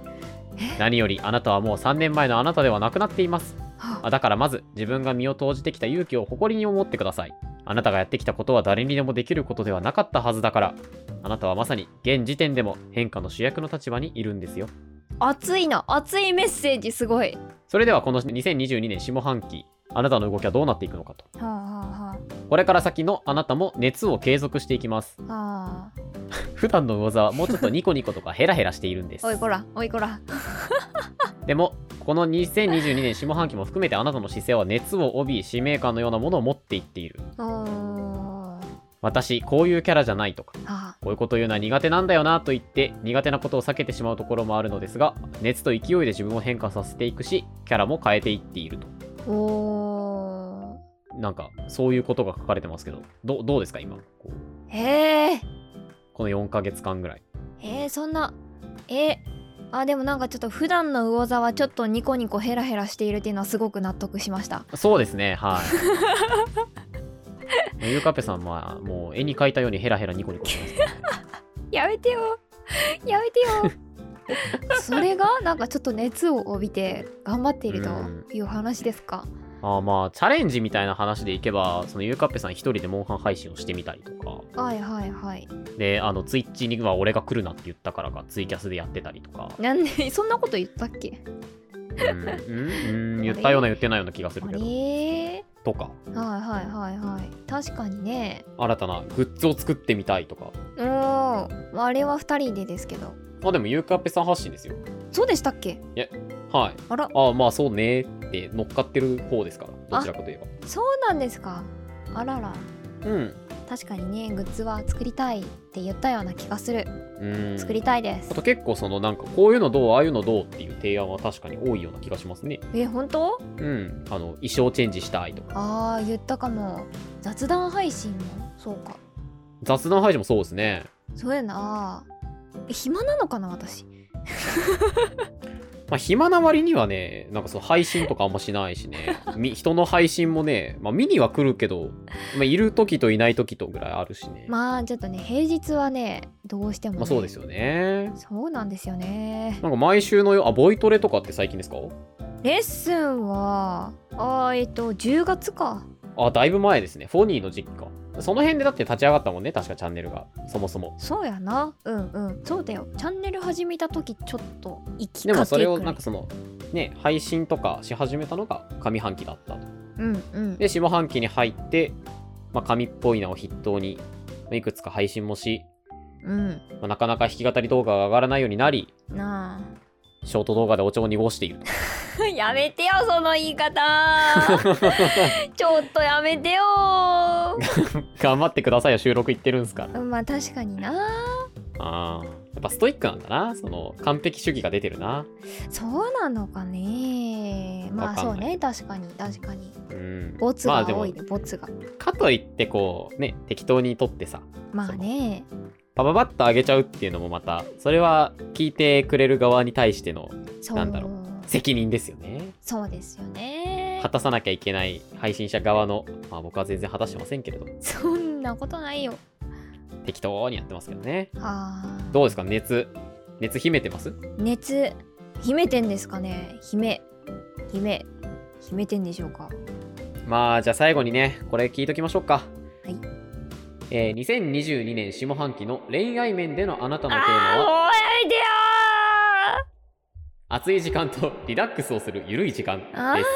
何よりあなたはもう3年前のあなたではなくなっていますあ
は
だからまず自分が身を投じてきた勇気を誇りに思ってくださいあなたがやってきたことは誰にでもできることではなかったはずだからあなたはまさに現時点でも変化の主役の立場にいるんですよ
熱いな熱いメッセージすごい
それではこの2022年下半期あなたの動きはどうなっていくのかと
はあは
これから先のあなたも熱を継続していきます
あはあは
普段の魚座はもうちょっとニコニコとかヘラヘラしているんです
おいこらおいこら
でもこの2022年下半期も含めてあなたの姿勢は熱を帯び使命感のようなものを持っていっている
おー
私こういうキャラじゃないとか
あ
こういうこと言うのは苦手なんだよなと言って苦手なことを避けてしまうところもあるのですが熱と勢いで自分を変化させていくしキャラも変えていっていると
おー
なんかそういうことが書かれてますけどどどうですか今こう
へえ
この4ヶ月間ぐらい
えー、そんなえあでもなんかちょっと普段の魚座はちょっとニコニコヘラヘラしているっていうのはすごく納得しました
そうです ねはいゆうかぺさんはもう絵に描いたようにヘラヘラニコニコしてますね
やめてよ やめてよ それがなんかちょっと熱を帯びて頑張っているという話ですか、
あーまあチャレンジみたいな話でいけばそのゆうかっぺさん一人でモンハン配信をしてみたりとか
はいはいはい
であのツイッチには俺が来るなって言ったからかツイキャスでやってたりとか
なんでそんなこと言ったっけ
うんうんうん言ったような言ってないような気がす
あ
るけ
れ
ど
ー
とか
はいはいはいはい確かにね
新たなグッズを作ってみたいとか
うーんまああれは2人でですけど
まあでもゆうかっぺさん発信ですよ
そうでしたっけ
はい
あら
ああまあそうねーって乗っかってる方ですからどちらかといえ
そうなんですかあらら
ばうん
確かにねグッズは作りたいって言ったような気がする
うん
作りたいで
あ
す、
と結構そのなんかこういうのどうああいうのどうっていう提案は確かに多いような気がしますね
え本当
うんあの衣装チェンジしたいとか
あー言ったかも雑談配信もそうか
雑談配信もそうですね
そうやなえ暇なのかな私
まあ、暇な割にはね、なんかその配信とかあんましないしね、 み人の配信もね、まあ、見には来るけど、まあ、いる時といない時とぐらいあるしね。ま
まあちょっとね平日はねどうしても、ね
あ、そうですよね。
そうなんですよね
なんか毎週のよ、あ、ボイトレとかって最近ですか
レッスンはあーえっと10月か
あ、だいぶ前ですね。フォニーの時期か。その辺でだって立ち上がったもんね、確かチャンネルが。そもそも。
そうやなうんうんそうだよチャンネル始めた時ちょっと息
で
か
も
け
そ
く
れ
ら
を
い
なんかその、ね、配信とかし始めたのが上半期だったと。
うんうん
で、下半期に入って、まあ、神っぽいなを筆頭に、まあいくつか配信もし、
うん
まあなかなか弾き語り動画が上がらないようになり、
な
ショート動画でお茶を濁している。
あ やめてよその言い方ちょっとやめてよ
頑張ってくださいよ、収録行ってるんすから。
まあ確かにな
ああ。やっぱストイックなんだな。その、完璧主義が出てるな。
そうなのかねま
わ
あ
かんな
そ
いう
ね確かに確かに
うん。
ボツ
まあ
が
でも
多いね、ボツが
かといってこう、ね、適当に撮ってさ、
まあね
パパパッと上げちゃうっていうのもまた、それは聞いてくれる側に対しての
そう
なんだろ責任ですよね。
そうですよね
果たさなきゃいけない配信者側の、まあ僕は全然果たしてませんけれど、
そんなことないよ
適当にやってますけどね。
あー
どうですか、熱。熱秘めてます
熱秘めてんですかね秘め秘め秘めてんでしょうか
まあじゃあ最後にねこれ聞いときましょうか
はい
えー2022年下半期の恋愛面でのあなたのテー
あー
マは
もうやめてよ
暑い時間と リラックスをするゆるい時間
あー
です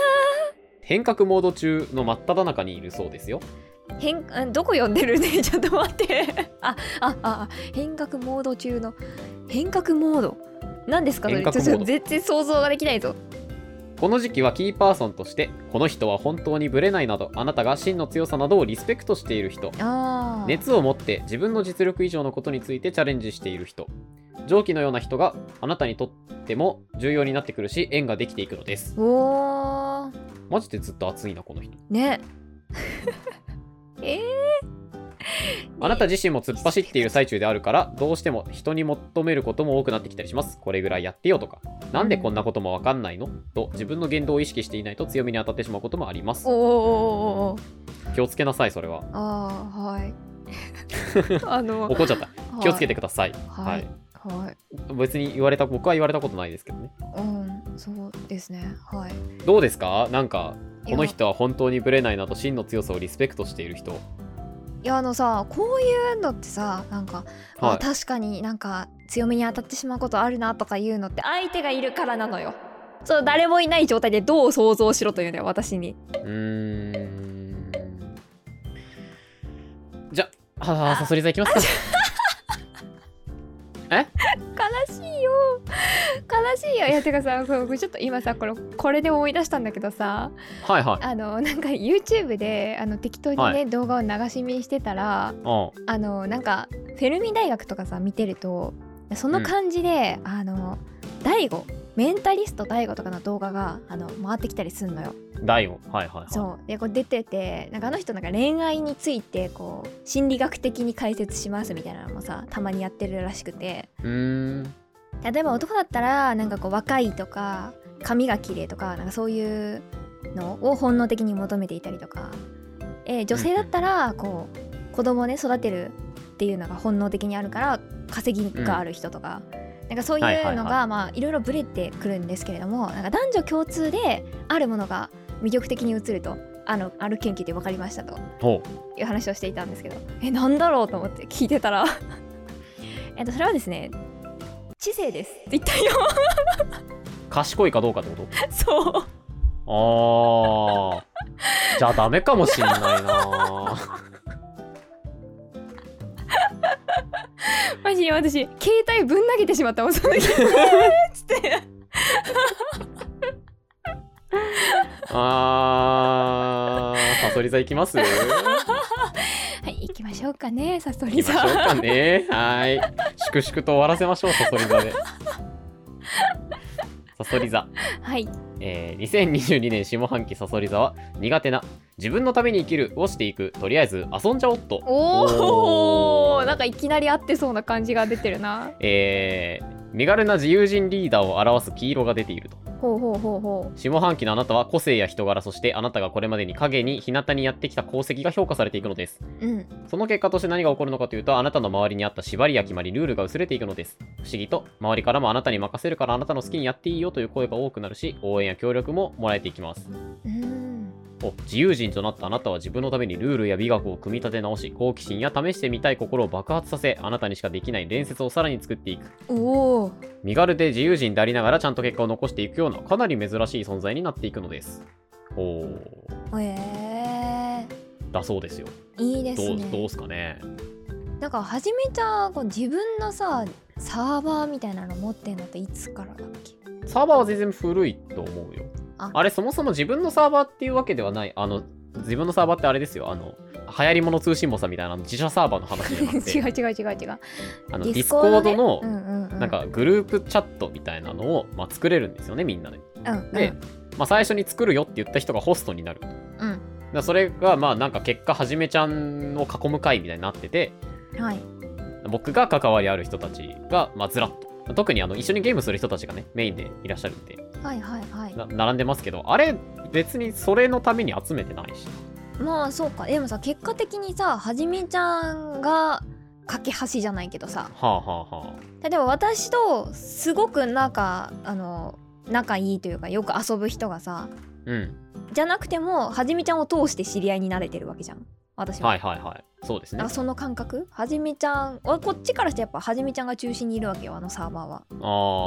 変革モード中の真っ只中にいるそうですよ
ー変うんどこ読んでるねちょっと待ってあああ変革モード中の変革モード何ですかそれ
変
ちょ
革モー
っと
ド
全然想像ができないぞ
この時期はキーパーソンとしてこの人は本当にブレないなどあなたが真の強さなどをリスペクトしている人
あー
熱を持って自分の実力以上のことについてチャレンジしている人上記のような人があなたにとっても重要になってくるし縁ができていくのです
おー
マジでずっと暑いなこの人
ね えー、
あなた自身も突っ走っている最中であるから、どうしても人に求めることも多くなってきたりします。これぐらいやってよとか、なんでこんなこともわかんないのと、自分の言動を意識していないと強みに当たってしまうこともあります
お。お
気をつけなさい、それは。
ああはい あの
怒っちゃった。気をつけて
て
ください。
は
はいい。
はい
別に言われた、僕は言われたことないですけどね。
うんそうですねはい
どうですかなんか、この
いや
人は本当にブレないなと真の強さをリスペクトしている人。
いやあのさこういうのってさなんか、あ
はい
確かになんか強めに当たってしまうことあるなとかいうのって相手がいるからなのよそう誰もいない状態でどう想像しろというのよ私に
うーん。じゃ、あー、サソリ座行きますか。
悲しいよ悲しいよいやてかさそうちょっと今さこれこれで思い出したんだけどさ
はいはい。
あのなんか YouTube であの適当にね、
は
動画を流し見してたら
うん。
あのなんかフェルミ大学とかさ見てるとその感じで、あの大悟メンタリスト大悟とかの動画があの回ってきたりすんのよ
ダイオンはいはいはい
そうでこれ出ててなんかあの人なんか恋愛についてこう心理学的に解説しますみたいなのもさたまにやってるらしくて
うーん
例えば男だったらなんかこう若いとか髪が綺麗とかなんかそういうのを本能的に求めていたりとか、えー女性だったらこう子供をね育てるっていうのが本能的にあるから稼ぎがある人とか、なんかそういうのが、
はいはいはい
まあいろいろブレてくるんですけれどもなんか男女共通であるものが魅力的に映るとあのある研究で分かりましたと
ほ
いう話をしていたんですけどえなんだろうと思って聞いてたら えっとそれはですね知性ですって言ったよ
う賢いかどうかってこと
そう
あーじゃあダメかもしんない な
マジで私携帯ぶん投げてしまったもん その時えーっつって
あーサソリ座行きます行
はい行きましょうかねサソ
き
リ
ましょう
さん
かねはい粛々と終わらせましょうサソリ座でサソリ座
はい
えー2022年下半期サソリ座は苦手な自分のために生きるをしていくとりあえず遊んじゃおっと
お
お
おなんかいきなり合ってそうな感じが出てるな
えー身軽な自由人リーダーを表す黄色が出ていると
ほうほうほうほ
下半期のあなたは個性や人柄そしてあなたがこれまでに影に日向にやってきた功績が評価されていくのです
ううん
その結果として何が起こるのかというとあなたの周りにあった縛りや決まりルールが薄れていくのです不思議と周りからもあなたに任せるからあなたの好きにやっていいよという声が多くなるし応援や協力ももらえていきます
うん
お自由人となったあなたは自分のためにルールや美学を組み立て直し好奇心や試してみたい心を爆発させあなたにしかできない伝説をさらに作っていく
おお
身軽で自由人でありながらちゃんと結果を残していくようなかなり珍しい存在になっていくのですおー
え
だそうですよ
ー、いいで
ど
す
うど
ね
うすかね
なんか始めたこう自分のさサーバーみたいなの持ってんのっていつからだっけ
サーバーは全然古いと思うよ
あ
あれそもそも自分のサーバーっていうわけではないあの自分のサーバーってあれですよあの流行り物通信簿さんみたいなあの自社サーバーの話じゃなく
違う
て
違う違う違う
あのデ
デ
ィ
ィ
ス
ス
コ
コ
ード
ードね
の
うんうんうん、
なんかグループチャットみたいなのを、まあ、作れるんですよねみんなで。
うんうん、
で、まあ、最初に作るよって言った人がホストになる。だか
うん
らそれがまあなんか結果はじめちゃんを囲む会みたいになってて
はい
僕が関わりある人たちがまあずらっと特にあの一緒にゲームする人たちがねメインでいらっしゃるんで
はいはいはい
な並んでますけどあれ別にそれのために集めてないし
まあそうかでもさ結果的にさはじめちゃんが架け橋じゃないけどさ
はあはあは
例えば私とすごく仲あの仲いいというかよく遊ぶ人がさ
あうん
じゃなくてもはじめちゃんを通して知り合いになれてるわけじゃん私は、
はいはいはいそうです
だか
ね
らその感覚はじめちゃんおこっちからしてやっぱはじめちゃんが中心にいるわけよあのサーバーは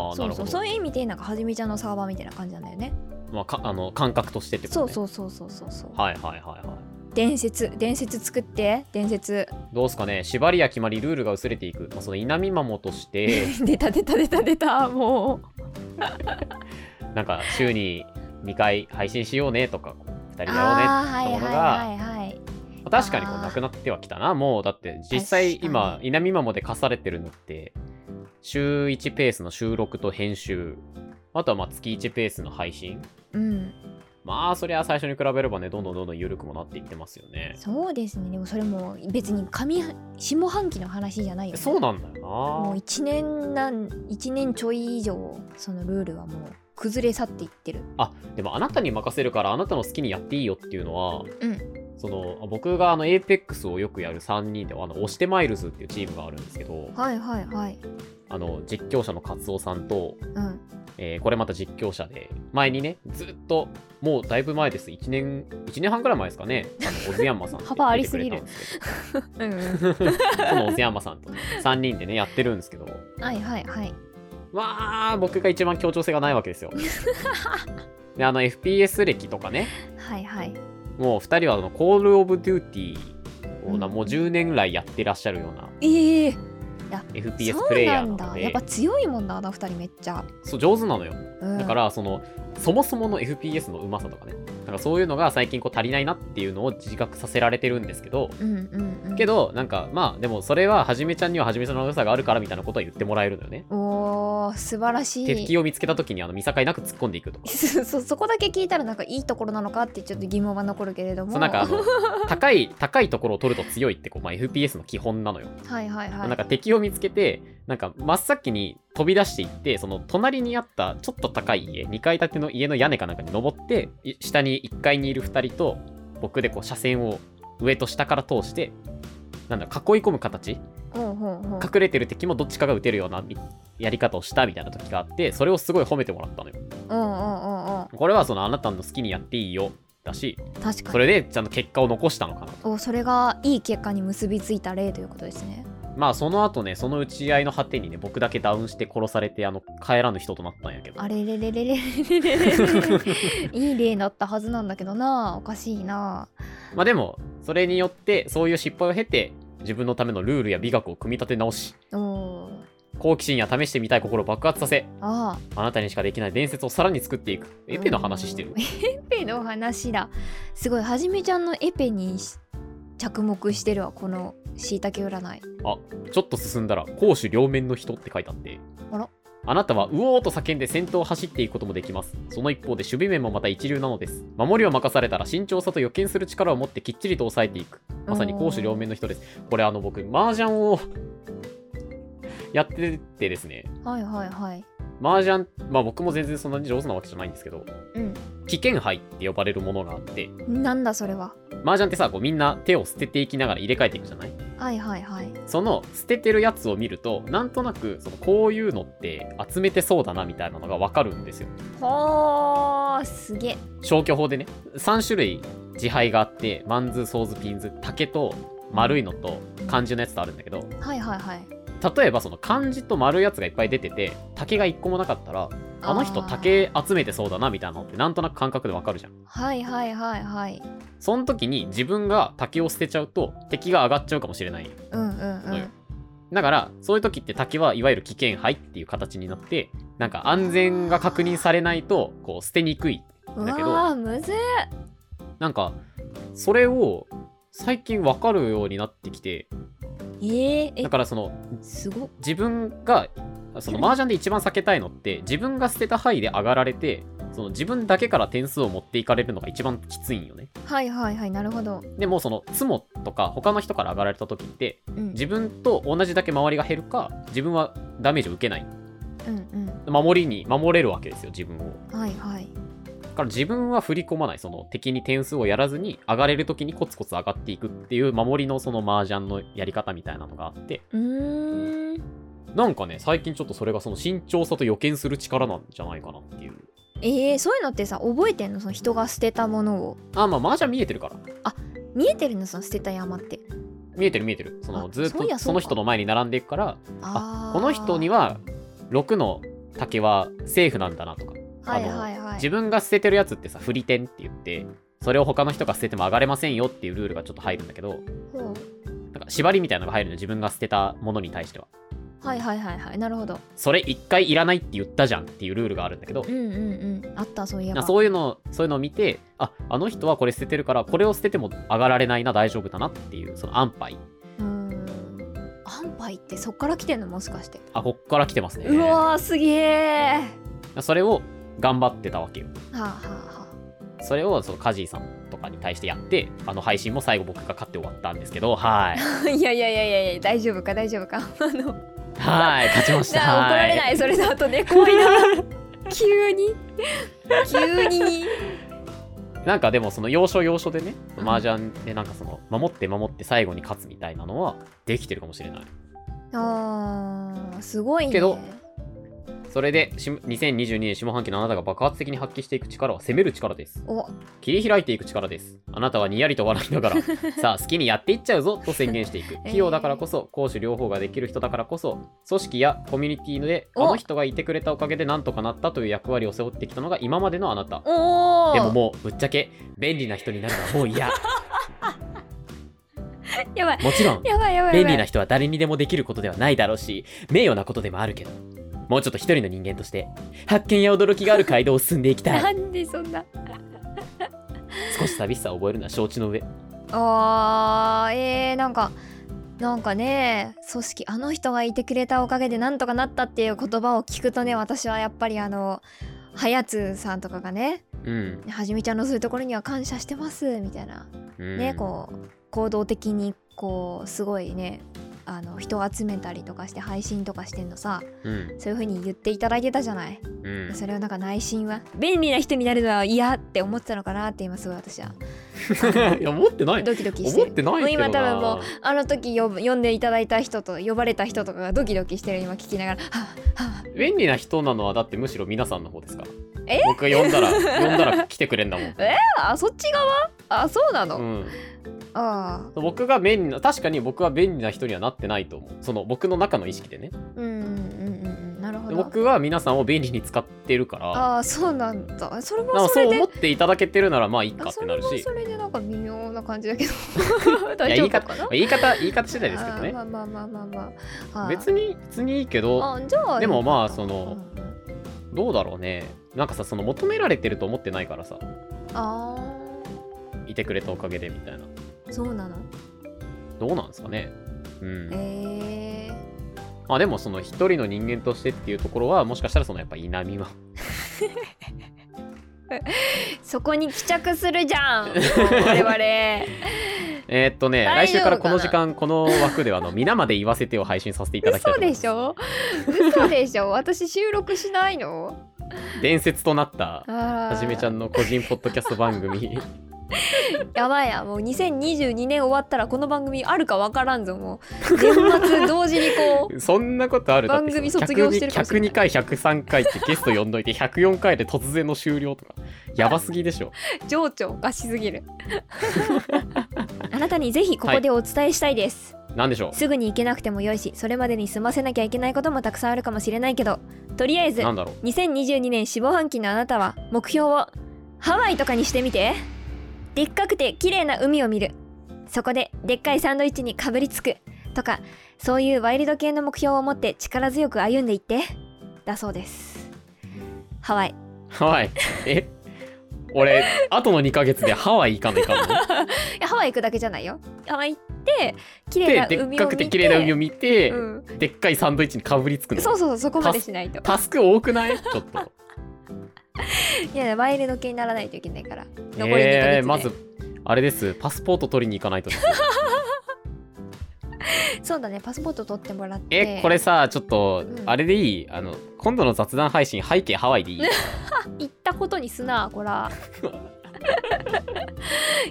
ああ
そ
な
う
る
そ
ほ
うそ
ど
ういう意味でなんかはじめちゃんのサーバーみたいな感じなんだよね
まあかあの感覚としてってこと
そう
ね
そうそうそうそうそう
はいはいはいはい
伝説伝説作って伝説
どうすかね縛りや決まりルールが薄れていく、まあ、その稲見マモとして
出た出た出た出たもう
なんか週に2回配信しようねとか2人だようね
あー
ってものが
はいはいはいはい
まあ確かにこう
あー
なくなってはきたなもうだって実際
確かに
今稲見マモで課されてるのって週1ペースの収録と編集あとはまあ月1ペースの配信
うん
まあそりゃ最初に比べればねどんどんどんどん緩くもなっていってますよね
そうですねでもそれも別に上下半期の話じゃないよね
そうなんだよ
も
な
う1年なん1年ちょい以上そのルールはもう崩れ去っていってる
でもあなたに任せるからあなたの好きにやっていいよっていうのは、
うん
その僕があの APEX をよくやる3人であの押してマイルズっていうチームがあるんですけど
はいはいはい
あの実況者のカツオさんと、
うん
えーこれまた実況者で前にねずっともうだいぶ前です1年1年半ぐらい前ですかねあのオズヤンマさん
幅ありすぎる
出てくれたんですけ
うん
どそのオズヤンマさんと3人でねやってるんですけど
はいはいはい
まあ僕が一番協調性がないわけ ですよであの FPS 歴とかね
はいはい
もう2人はあのコール・オブ・デューティーをな、
うん
もう10年ぐらいやってらっしゃるような
ええ
FPS
そ
プレ
う
イヤ
な
ー
ん
なの
だ
で
やっぱ強いもんだあの二人めっちゃ、
そう上手なのよ
うん、
だからそのそもそもの FPS のうまさとかねなんかそういうのが最近こう足りないなっていうのを自覚させられてるんですけど
うんうんうん
けどなんかまあでもそれははじめちゃんにははじめちゃんの良さがあるからみたいなことは言ってもらえるのよね
おー素晴らしい
敵を見つけた時にあの見境なく突っ込んでいくとか
そそそこだけ聞いたらなんかいいところなのかってちょっと疑問が残るけれども
そうなんかあの高い高いところを取ると強いってこう、まあ、FPS の基本なのよ
はいはいはい
なんか敵を見つけてなんか真っ先に飛び出していってその隣にあったちょっと高い家2階建ての家の屋根かなんかに登ってい下に1階にいる2人と僕でこう車線を上と下から通してなんだろう囲い込む形
ほうほうほう
隠れてる敵もどっちかが撃てるようなみやり方をしたみたいな時があってそれをすごい褒めてもらったのよ
うんうんうんうん
これはそのあなたの好きにやっていいよだし
確か
そ
に
れでちゃんと結果を残したのかなと
おそれがいい結果に結びついた例ということですね
まあその後ねその打ち合いの果てにね僕だけダウンして殺されてあの帰らぬ人となったんやけど
あれれれれれれれれいい例だったはずなんだけどなおかしいな
まあでもそれによってそういう失敗を経て自分のためのルールや美学を組み立て直し
おおー
好奇心や試してみたい心を爆発させ
ああ
あなたにしかできない伝説をさらに作っていくエペの話してる
うんエペの話だすごいはじめちゃんのエペにし着目してるわこのしいたけ占い
ちょっと進んだら攻守両面の人って書いてあって
あら
あなたはうおーと叫んで先頭を走っていくこともできますその一方で守備面もまた一流なのです守りを任されたら慎重さと予見する力を持ってきっちりと抑えていくまさに攻守両面の人ですこれあの僕麻雀をやっててですね
はいはいはい
麻雀まあ僕も全然そんなに上手なわけじゃないんですけど危険杯って呼ばれるものがあって
うんなんだそれは
麻雀ってさこうみんな手を捨てていきながら入れ替えていくじゃない
はいはいはい
その捨ててるやつを見るとなんとなくそのこういうのって集めてそうだなみたいなのが分かるんですよ
ほーすげえ
消去法でね3種類自牌があってマンズソーズピンズ竹と丸いのと漢字のやつとあるんだけど
はいはいはい
例えばその漢字と丸いやつがいっぱい出てて竹が1個もなかったらあの人
ー
竹集めてそうだなみたいなのってなんとなく感覚でわかるじゃん
はいはいはいはい
その時に自分が竹を捨てちゃうと敵が上がっちゃうかもしれない
うんうんう
のよ
ん
だからそういう時って竹はいわゆる危険牌っていう形になってなんか安全が確認されないとこう捨てにくいうだけど
わーむずい
なんかそれを最近わかるようになってきて
えー、え
だからその
すごっ
自分がその麻雀で一番避けたいのって自分が捨てた範囲で上がられてその自分だけから点数を持っていかれるのが一番きついんよね
はいはいはいなるほど
でもそのツモとか他の人から上がられた時って
うん
自分と同じだけ周りが減るか自分はダメージを受けない
うん
守りに守れるわけですよ自分を
うんはいはい
だから自分は振り込まないその敵に点数をやらずに上がれる時にコツコツ上がっていくっていう守りのその麻雀のやり方みたいなのがあって
うーん
なんかね最近ちょっとそれがその慎重さと予見する力なんじゃないかなっていう
えー、そういうのってさ覚えてんのその人が捨てたものを
あまあ麻雀見えてるから
見えてるのその捨てた山って
見えてる見えてるその
あ
ずっ
そういや
と
そ
そ
うか
の人の前に並んでいくから
あー
この人には6の竹はセーフなんだなとか
はいはいはい
自分が捨ててるやつってさ振り点って言ってそれを他の人が捨てても上がれませんよっていうルールがちょっと入るんだけど
ほ
なんか縛りみたいなのが入るのよ自分が捨てたものに対しては
うはいはいはいはいなるほど
それ一回いらないって言ったじゃんっていうルールがあるんだけど
うんうんうんあったそういえば
なそういうのそういうのを見てああの人はこれ捨ててるからこれを捨てても上がられないな大丈夫だなっていうその安牌
うーん安牌ってそっから来てんのもしかして、
あこっから来てますね
うわーすげえ
それを頑張ってたわけよ
はあは
それをそのカジーさんとかに対してやってあの配信も最後僕が勝って終わったんですけど はい
あ はあいやいやいやいやいや大丈夫か大丈夫かあの
はい勝ちまし
じ
た
ゃあ怒られ
は
ない いそれだとね怖いな急に急に
なんかでもその要所要所でね
うん
麻雀でなんかその守って守って最後に勝つみたいなのはできてるかもしれない
あーすごいね
けどそれでし2022年下半期のあなたが爆発的に発揮していく力は攻める力です
お
切り開いていく力ですあなたはにやりと笑いな がらさあ好きにやっていっちゃうぞと宣言していく器用だからこそ攻守両方ができる人だからこそ組織やコミュニティであ
お
の人がいてくれたおかげでなんとかなったという役割を背負ってきたのが今までのあなた
おお
でももうぶっちゃけ便利な人になるのはもう嫌
やばい
もちろん
やばいやばいやばい
便利な人は誰にでもできることではないだろうし名誉なことでもあるけどもうちょっと一人の人間として発見や驚きがある街道を進んでいきた
ないんでそんな
少し寂しさを覚えるのは承知の上
あーえー、なんかなんかね組織あの人がいてくれたおかげでなんとかなったっていう言葉を聞くとね私はやっぱりあのはやつさんとかがね
うん、
はじめちゃんのそういうところには感謝してますみたいな
うん、
ね、こう行動的にこうすごいねあの人を集めたりとかして配信とかしてんのさ
うん
そういう風に言っていただいてたじゃない、
うん
それをなんか内心は便利な人になるのは嫌って思ってたのかなって今すごい私はあ
いや持ってな
の
い
ドキドキして
思っ
る
てないけどな
もう今多分もうあの時呼ぶ呼んでいただいた人と呼ばれた人とかがドキドキしてる今聞きながらはあはあ
便利な人なのはだってむしろ皆さんの方ですから
え
僕が呼ん だら呼んだら来てくれんだもん、
あそっち側あそうなの、
うん、
ああ
僕が便利な確かに僕は便利な人にはなってないと思うその僕の中の意識でね
うんうんうんうんなるほ
で
ど
僕は皆さんを便利に使ってるから
ああそうなんだそれ
だから
もそ
そう
れで
思っていただけてるならまあいいか
あ
っ
そ
て
れ
なる
は
し
それでなんか微妙な感 じだけど
いや言
大丈
い
夫
方
かな
言い方言い方次第ですけど
あー
ね
まあまあまあまあまあ、はい
別に別にいいけど
あじゃあ
でもまあ
いいか
その
うんうん
どうだろうねなんかさその求められてると思ってないからさ
あ
いてくれたおかげでみたいな
ーそうなの
どうなんですかねうん
え
まあでもその一人の人間としてっていうところはもしかしたらそのやっぱ稲見は
ー、そこに帰着するじ ゃんもう我
えーっとね
大
来週
丈夫
から
かな々
この時間この枠ではあの皆まで言わせてを配信させていただ
々
きたい
嘘
と思い
で
ます
しょ嘘 でしょ私収録しないの
伝説となったは
は
じめちゃ
ん
んの個人ポッドキャスト番組
やばいやもう2022年終わったらこの番組あるかわからんぞもう年末同時にこう
そんなことあるだって
番組卒業してるかもしれない
102回103回ってゲスト呼んどいて104回で突然の終了とかやばすぎでしょ
情緒おかしす ぎるあなたにぜひここでお伝えしたいです、
なんでしょ
すぐに行けなくてもよいしそれまでに済ませなきゃいけないこともたくさんあるかもしれないけどとりあえ
う
ず
なんだろう
2022年下半期のあなたは目標をハワイとかにしてみてでっかくて綺麗な海を見るそこででっかいサンドイッチにかぶりつくとかそういうワイルド系の目標を持って力強く歩んでいってだそうですハワイ
ハワイえ俺あとの2ヶ月でハワイ行かないかんの
いやハワイ行くだけじゃないよハワイ行って綺麗
で
な
でっ
海
か
を
く
見
て
て
綺麗な海を見て、
うん、
でっかいサンドイッチにかぶりつくの
そうそうそうそこまでしないと
タスク多くないちょっと
いやワイルド系にならないといけないから残り2ヶ月で、
えー、まずあれですパスポート取りに行かないとですね
そうだねパスポート取ってもらって
えこれさちょっと、
うん
あれでいいあの今度の雑談配信背景ハワイでいい
行ったことにすなこら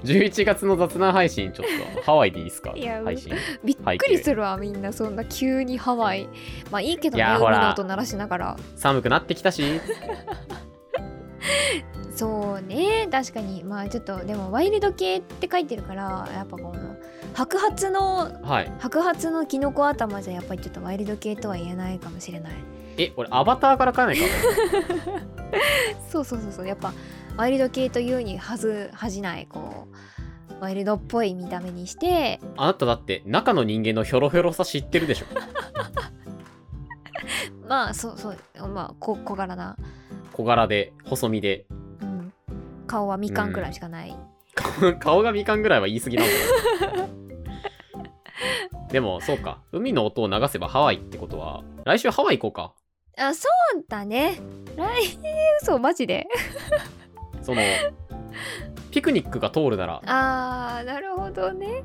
11月の雑談配信ちょっとハワイでいいですか
いや
配信
びっくりするわみんなそんな急にハワイまあいいけど
い
ね
やほ
海
ら
の音鳴らしながら
寒くなってきたし
そうね確かにまあちょっとでもワイルド系って書いてるからやっぱこの白髪の
はい
白髪のキノコ頭じゃやっぱりちょっとワイルド系とは言えないかもしれない
え俺アバターから買えないかな
そうそうそうそうやっぱワイルド系というにはず恥じないこうワイルドっぽい見た目にして
あなただって中の人間のヒョロヒョロさ知ってるでしょ
まあそうそうまあこ小柄な
小柄で細身で
うん、顔はみかんくらいしかない、
顔がみかんぐらいは言い過ぎなんだよでもそうか海の音を流せばハワイってことは来週ハワイ行こ
あそうだね来週嘘マジで
うかそのピクニックが通るなら
あーなるほどね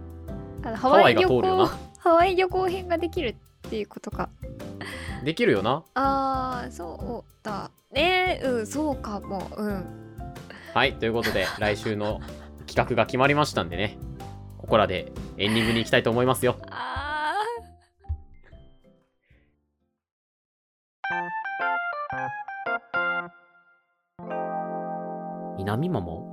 あのハ
ハワ
ワ
イ
イ
が
旅
通るよ
行
な
ハワイ旅行編ができるっていうことか
できるよな
あーそうだねうんそうかもうん
はいということで来週の企画が決まりましたんでねここらでエンディングに行きたいと思いますよ
あ
南マモ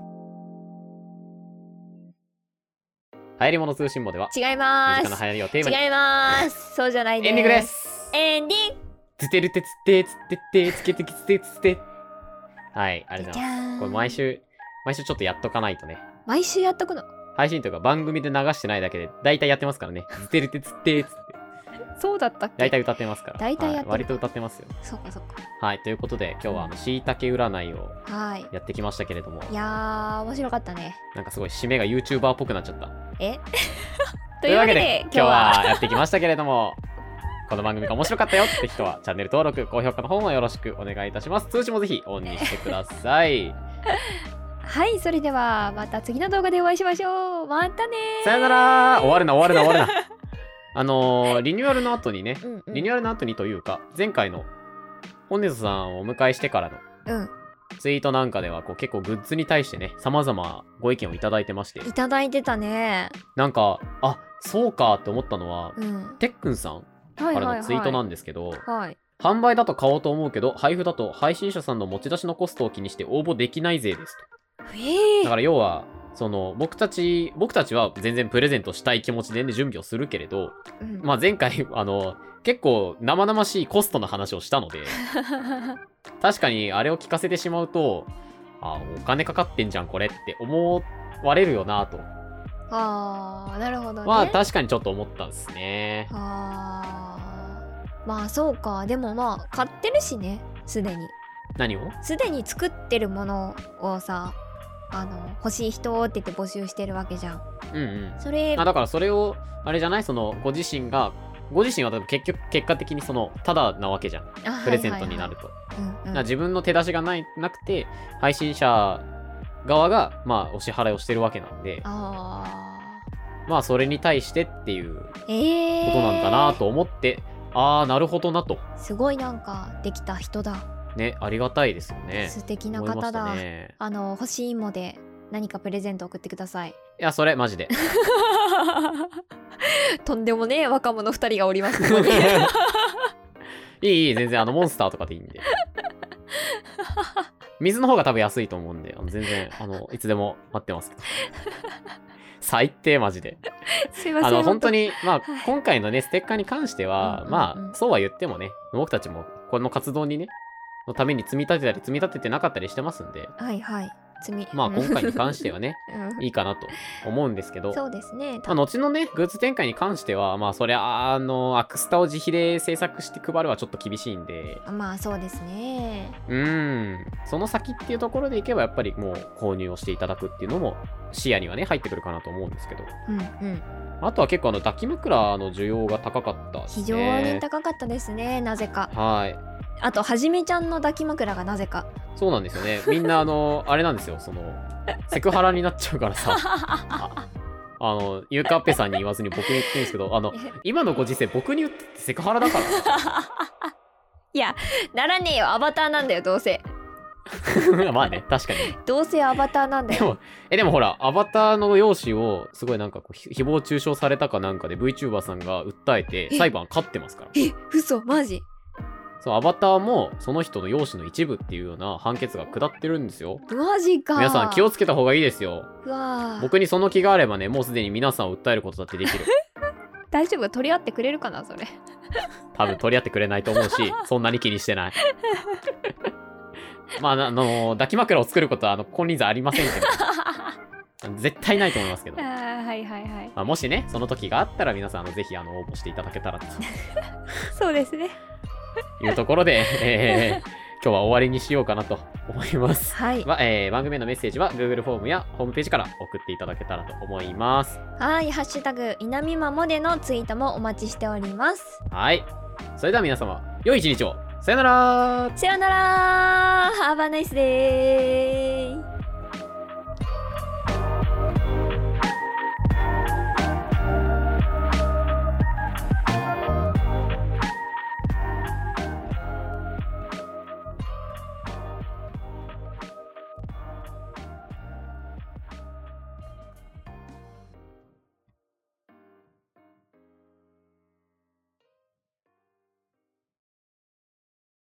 流行り物通信簿では
ー違
身
いま
近な流
す
行りをテーマに
違いますそうじゃないです
エンディングです
エンディング
つてるてつてつててつけてきつてつてはいありがとうございます
じゃーん
これ毎週、毎週ちょっとやっとかないとね。
毎週やっとくの
配信というか番組で流してないだけで、だいたいやってますからね。つてるてつってーつって。
そうだったっけ
大体歌ってますから。
大体やってる
はい割と歌ってますよ。
そうかそうか
はい、ということで、今日はあの、しいたけ占いを
はい
やってきましたけれども、
いやー面白かったね
なんかすごい締めが YouTuber っぽくなっちゃった。
えというわけで今日は
やってきましたけれども、この番組が面白かったよって人は、チャンネル登録、高評価の方もよろしくお願いいたします。通知もぜひオンにしてくださ い。
はいそれではまた次の動画でお会いしましょうまたねー
さよなら終わるな、終わるな、終わるな。 あのーリニューアルの後にね、
うんうん
リニューアルの後にというか、前回の本音さんをお迎えしてからの
うん
ツイートなんかではこう結構グッズに対してね様々ご意見をいただいてまして
いただいてたね
なんかあそうかって思ったのは、
うん
てっくんさん
は
から
いはい
の
はい
ツイートなんですけど、
はい
販売だと買おうと思うけど配布だと配信者さんの持ち出しのコストを気にして応募できないぜですと
え
だから要はその僕たち僕たちは全然プレゼントしたい気持ちで、ね、準備をするけれど、
うん
まあ、前回 あの結構生々しいコストの話をした ので確かにあれを聞かせてしまうとあお金かかってんじゃんこれって思われるよなと
あーなるほどね、
まあ確かにちょっと思ったんですね
あーまあそうかでもまあ買ってるしねすでに
何を
すでに作ってるものをさあの欲しい人って言って募集してるわけじゃん
うんうん
それ
あだからそれをあれじゃないそのご自身がご自身は多分結局結果的にそのただなわけじゃん
あ
プレゼントになる、と、
はいはいはいうん
な
うん
自分の手出しがないなくて配信者側がまあお支払いをしてるわけなんで
あ
まあそれに対してっていうこ
ーええー、
となんだなと思って、ああなるほどなと
すごいなんかできた人だ、
ねありがたいですよね
素敵な
思いま
方
した
だ、
ね
あの欲しいもで何かプレゼント送ってくださ い
いやそれマジで
とんでもねえ若者2人がおりますこ こに
いいいい全然あのモンスターとかでいいんで水の方が多分安いと思うんであの全然あのいつでも待ってますけど最低マジです
いません
あの本当
に
に、まあ
はい、
今回のね、ステッカーに関しては、
うんうんうん
まあ、そうは言ってもね、僕たちもこの活動にね、のために積み立てたり積み立ててなかったりしてますんで、
はいはい積み
まあ、今回に関して
は、
はね、
うん
いいかなと思うんですけど、
そうですね
まあ、後のね、グッズ展開に関しては、まあ、そりゃ、あの、アクスタを自費で制作して配るはちょっと厳しいんで、
まあそうですね
うーん、その先っていうところでいけば、やっぱりもう購入をしていただくっていうのも、視野にはね、入ってくるかなと思うんですけど、
うんうん
あとは結構、あの、抱き枕の需要が高かったです
非
ね。
常に高かったですねなぜか
はい。
あとはじめちゃんの抱き枕がなぜか
そうなんですよね。みんな、あの、 あれなんですよ、その、セクハラになっちゃうからさ、ああの、ゆうかっぺさんに言わずに僕に言ってるんですけど、あの、今のご時世、僕に言ってってセクハラだから。
いやならねえよアバターなんだよどうせ
まあね、確かに。
どうせアバターなんだ
で
よ
も、え、でもほら、アバターの容姿を、すごいなんかこう、ひ誹謗中傷されたかなんかで VTuber さんが訴えて、
え
裁判勝ってますから。
え嘘マジ
そう、アバターも、その人の容姿の一部っていうような判決が下ってるんですよ。
マジか
皆さん気を
つ
つけた方がいいですよ。
うわー
僕にその気があればね、もうすでに皆さんを訴えることだって できる。
大丈夫取り合ってくれるかなそれ
多分取り合ってくれないと思うしそんなに気にしてない まあなあの抱き枕を作ることはあの金輪際ありませんけ ど絶対ないと思いますけど、ま
はいはいはい
あ、もしねその時があったら皆さんあのぜひあの応募していただけたらと
そうですね
いうところで、 えー今日は終わりにしようかなと思います、
はい
まあえー番組へのメッセージは Google フォームやホームページから送っていただけたらと思います
はいハッシュタグ稲見まもでのツイートもお待ちしております
はいそれでは皆様良い一日をさよなら
さよならハーバーナイスデー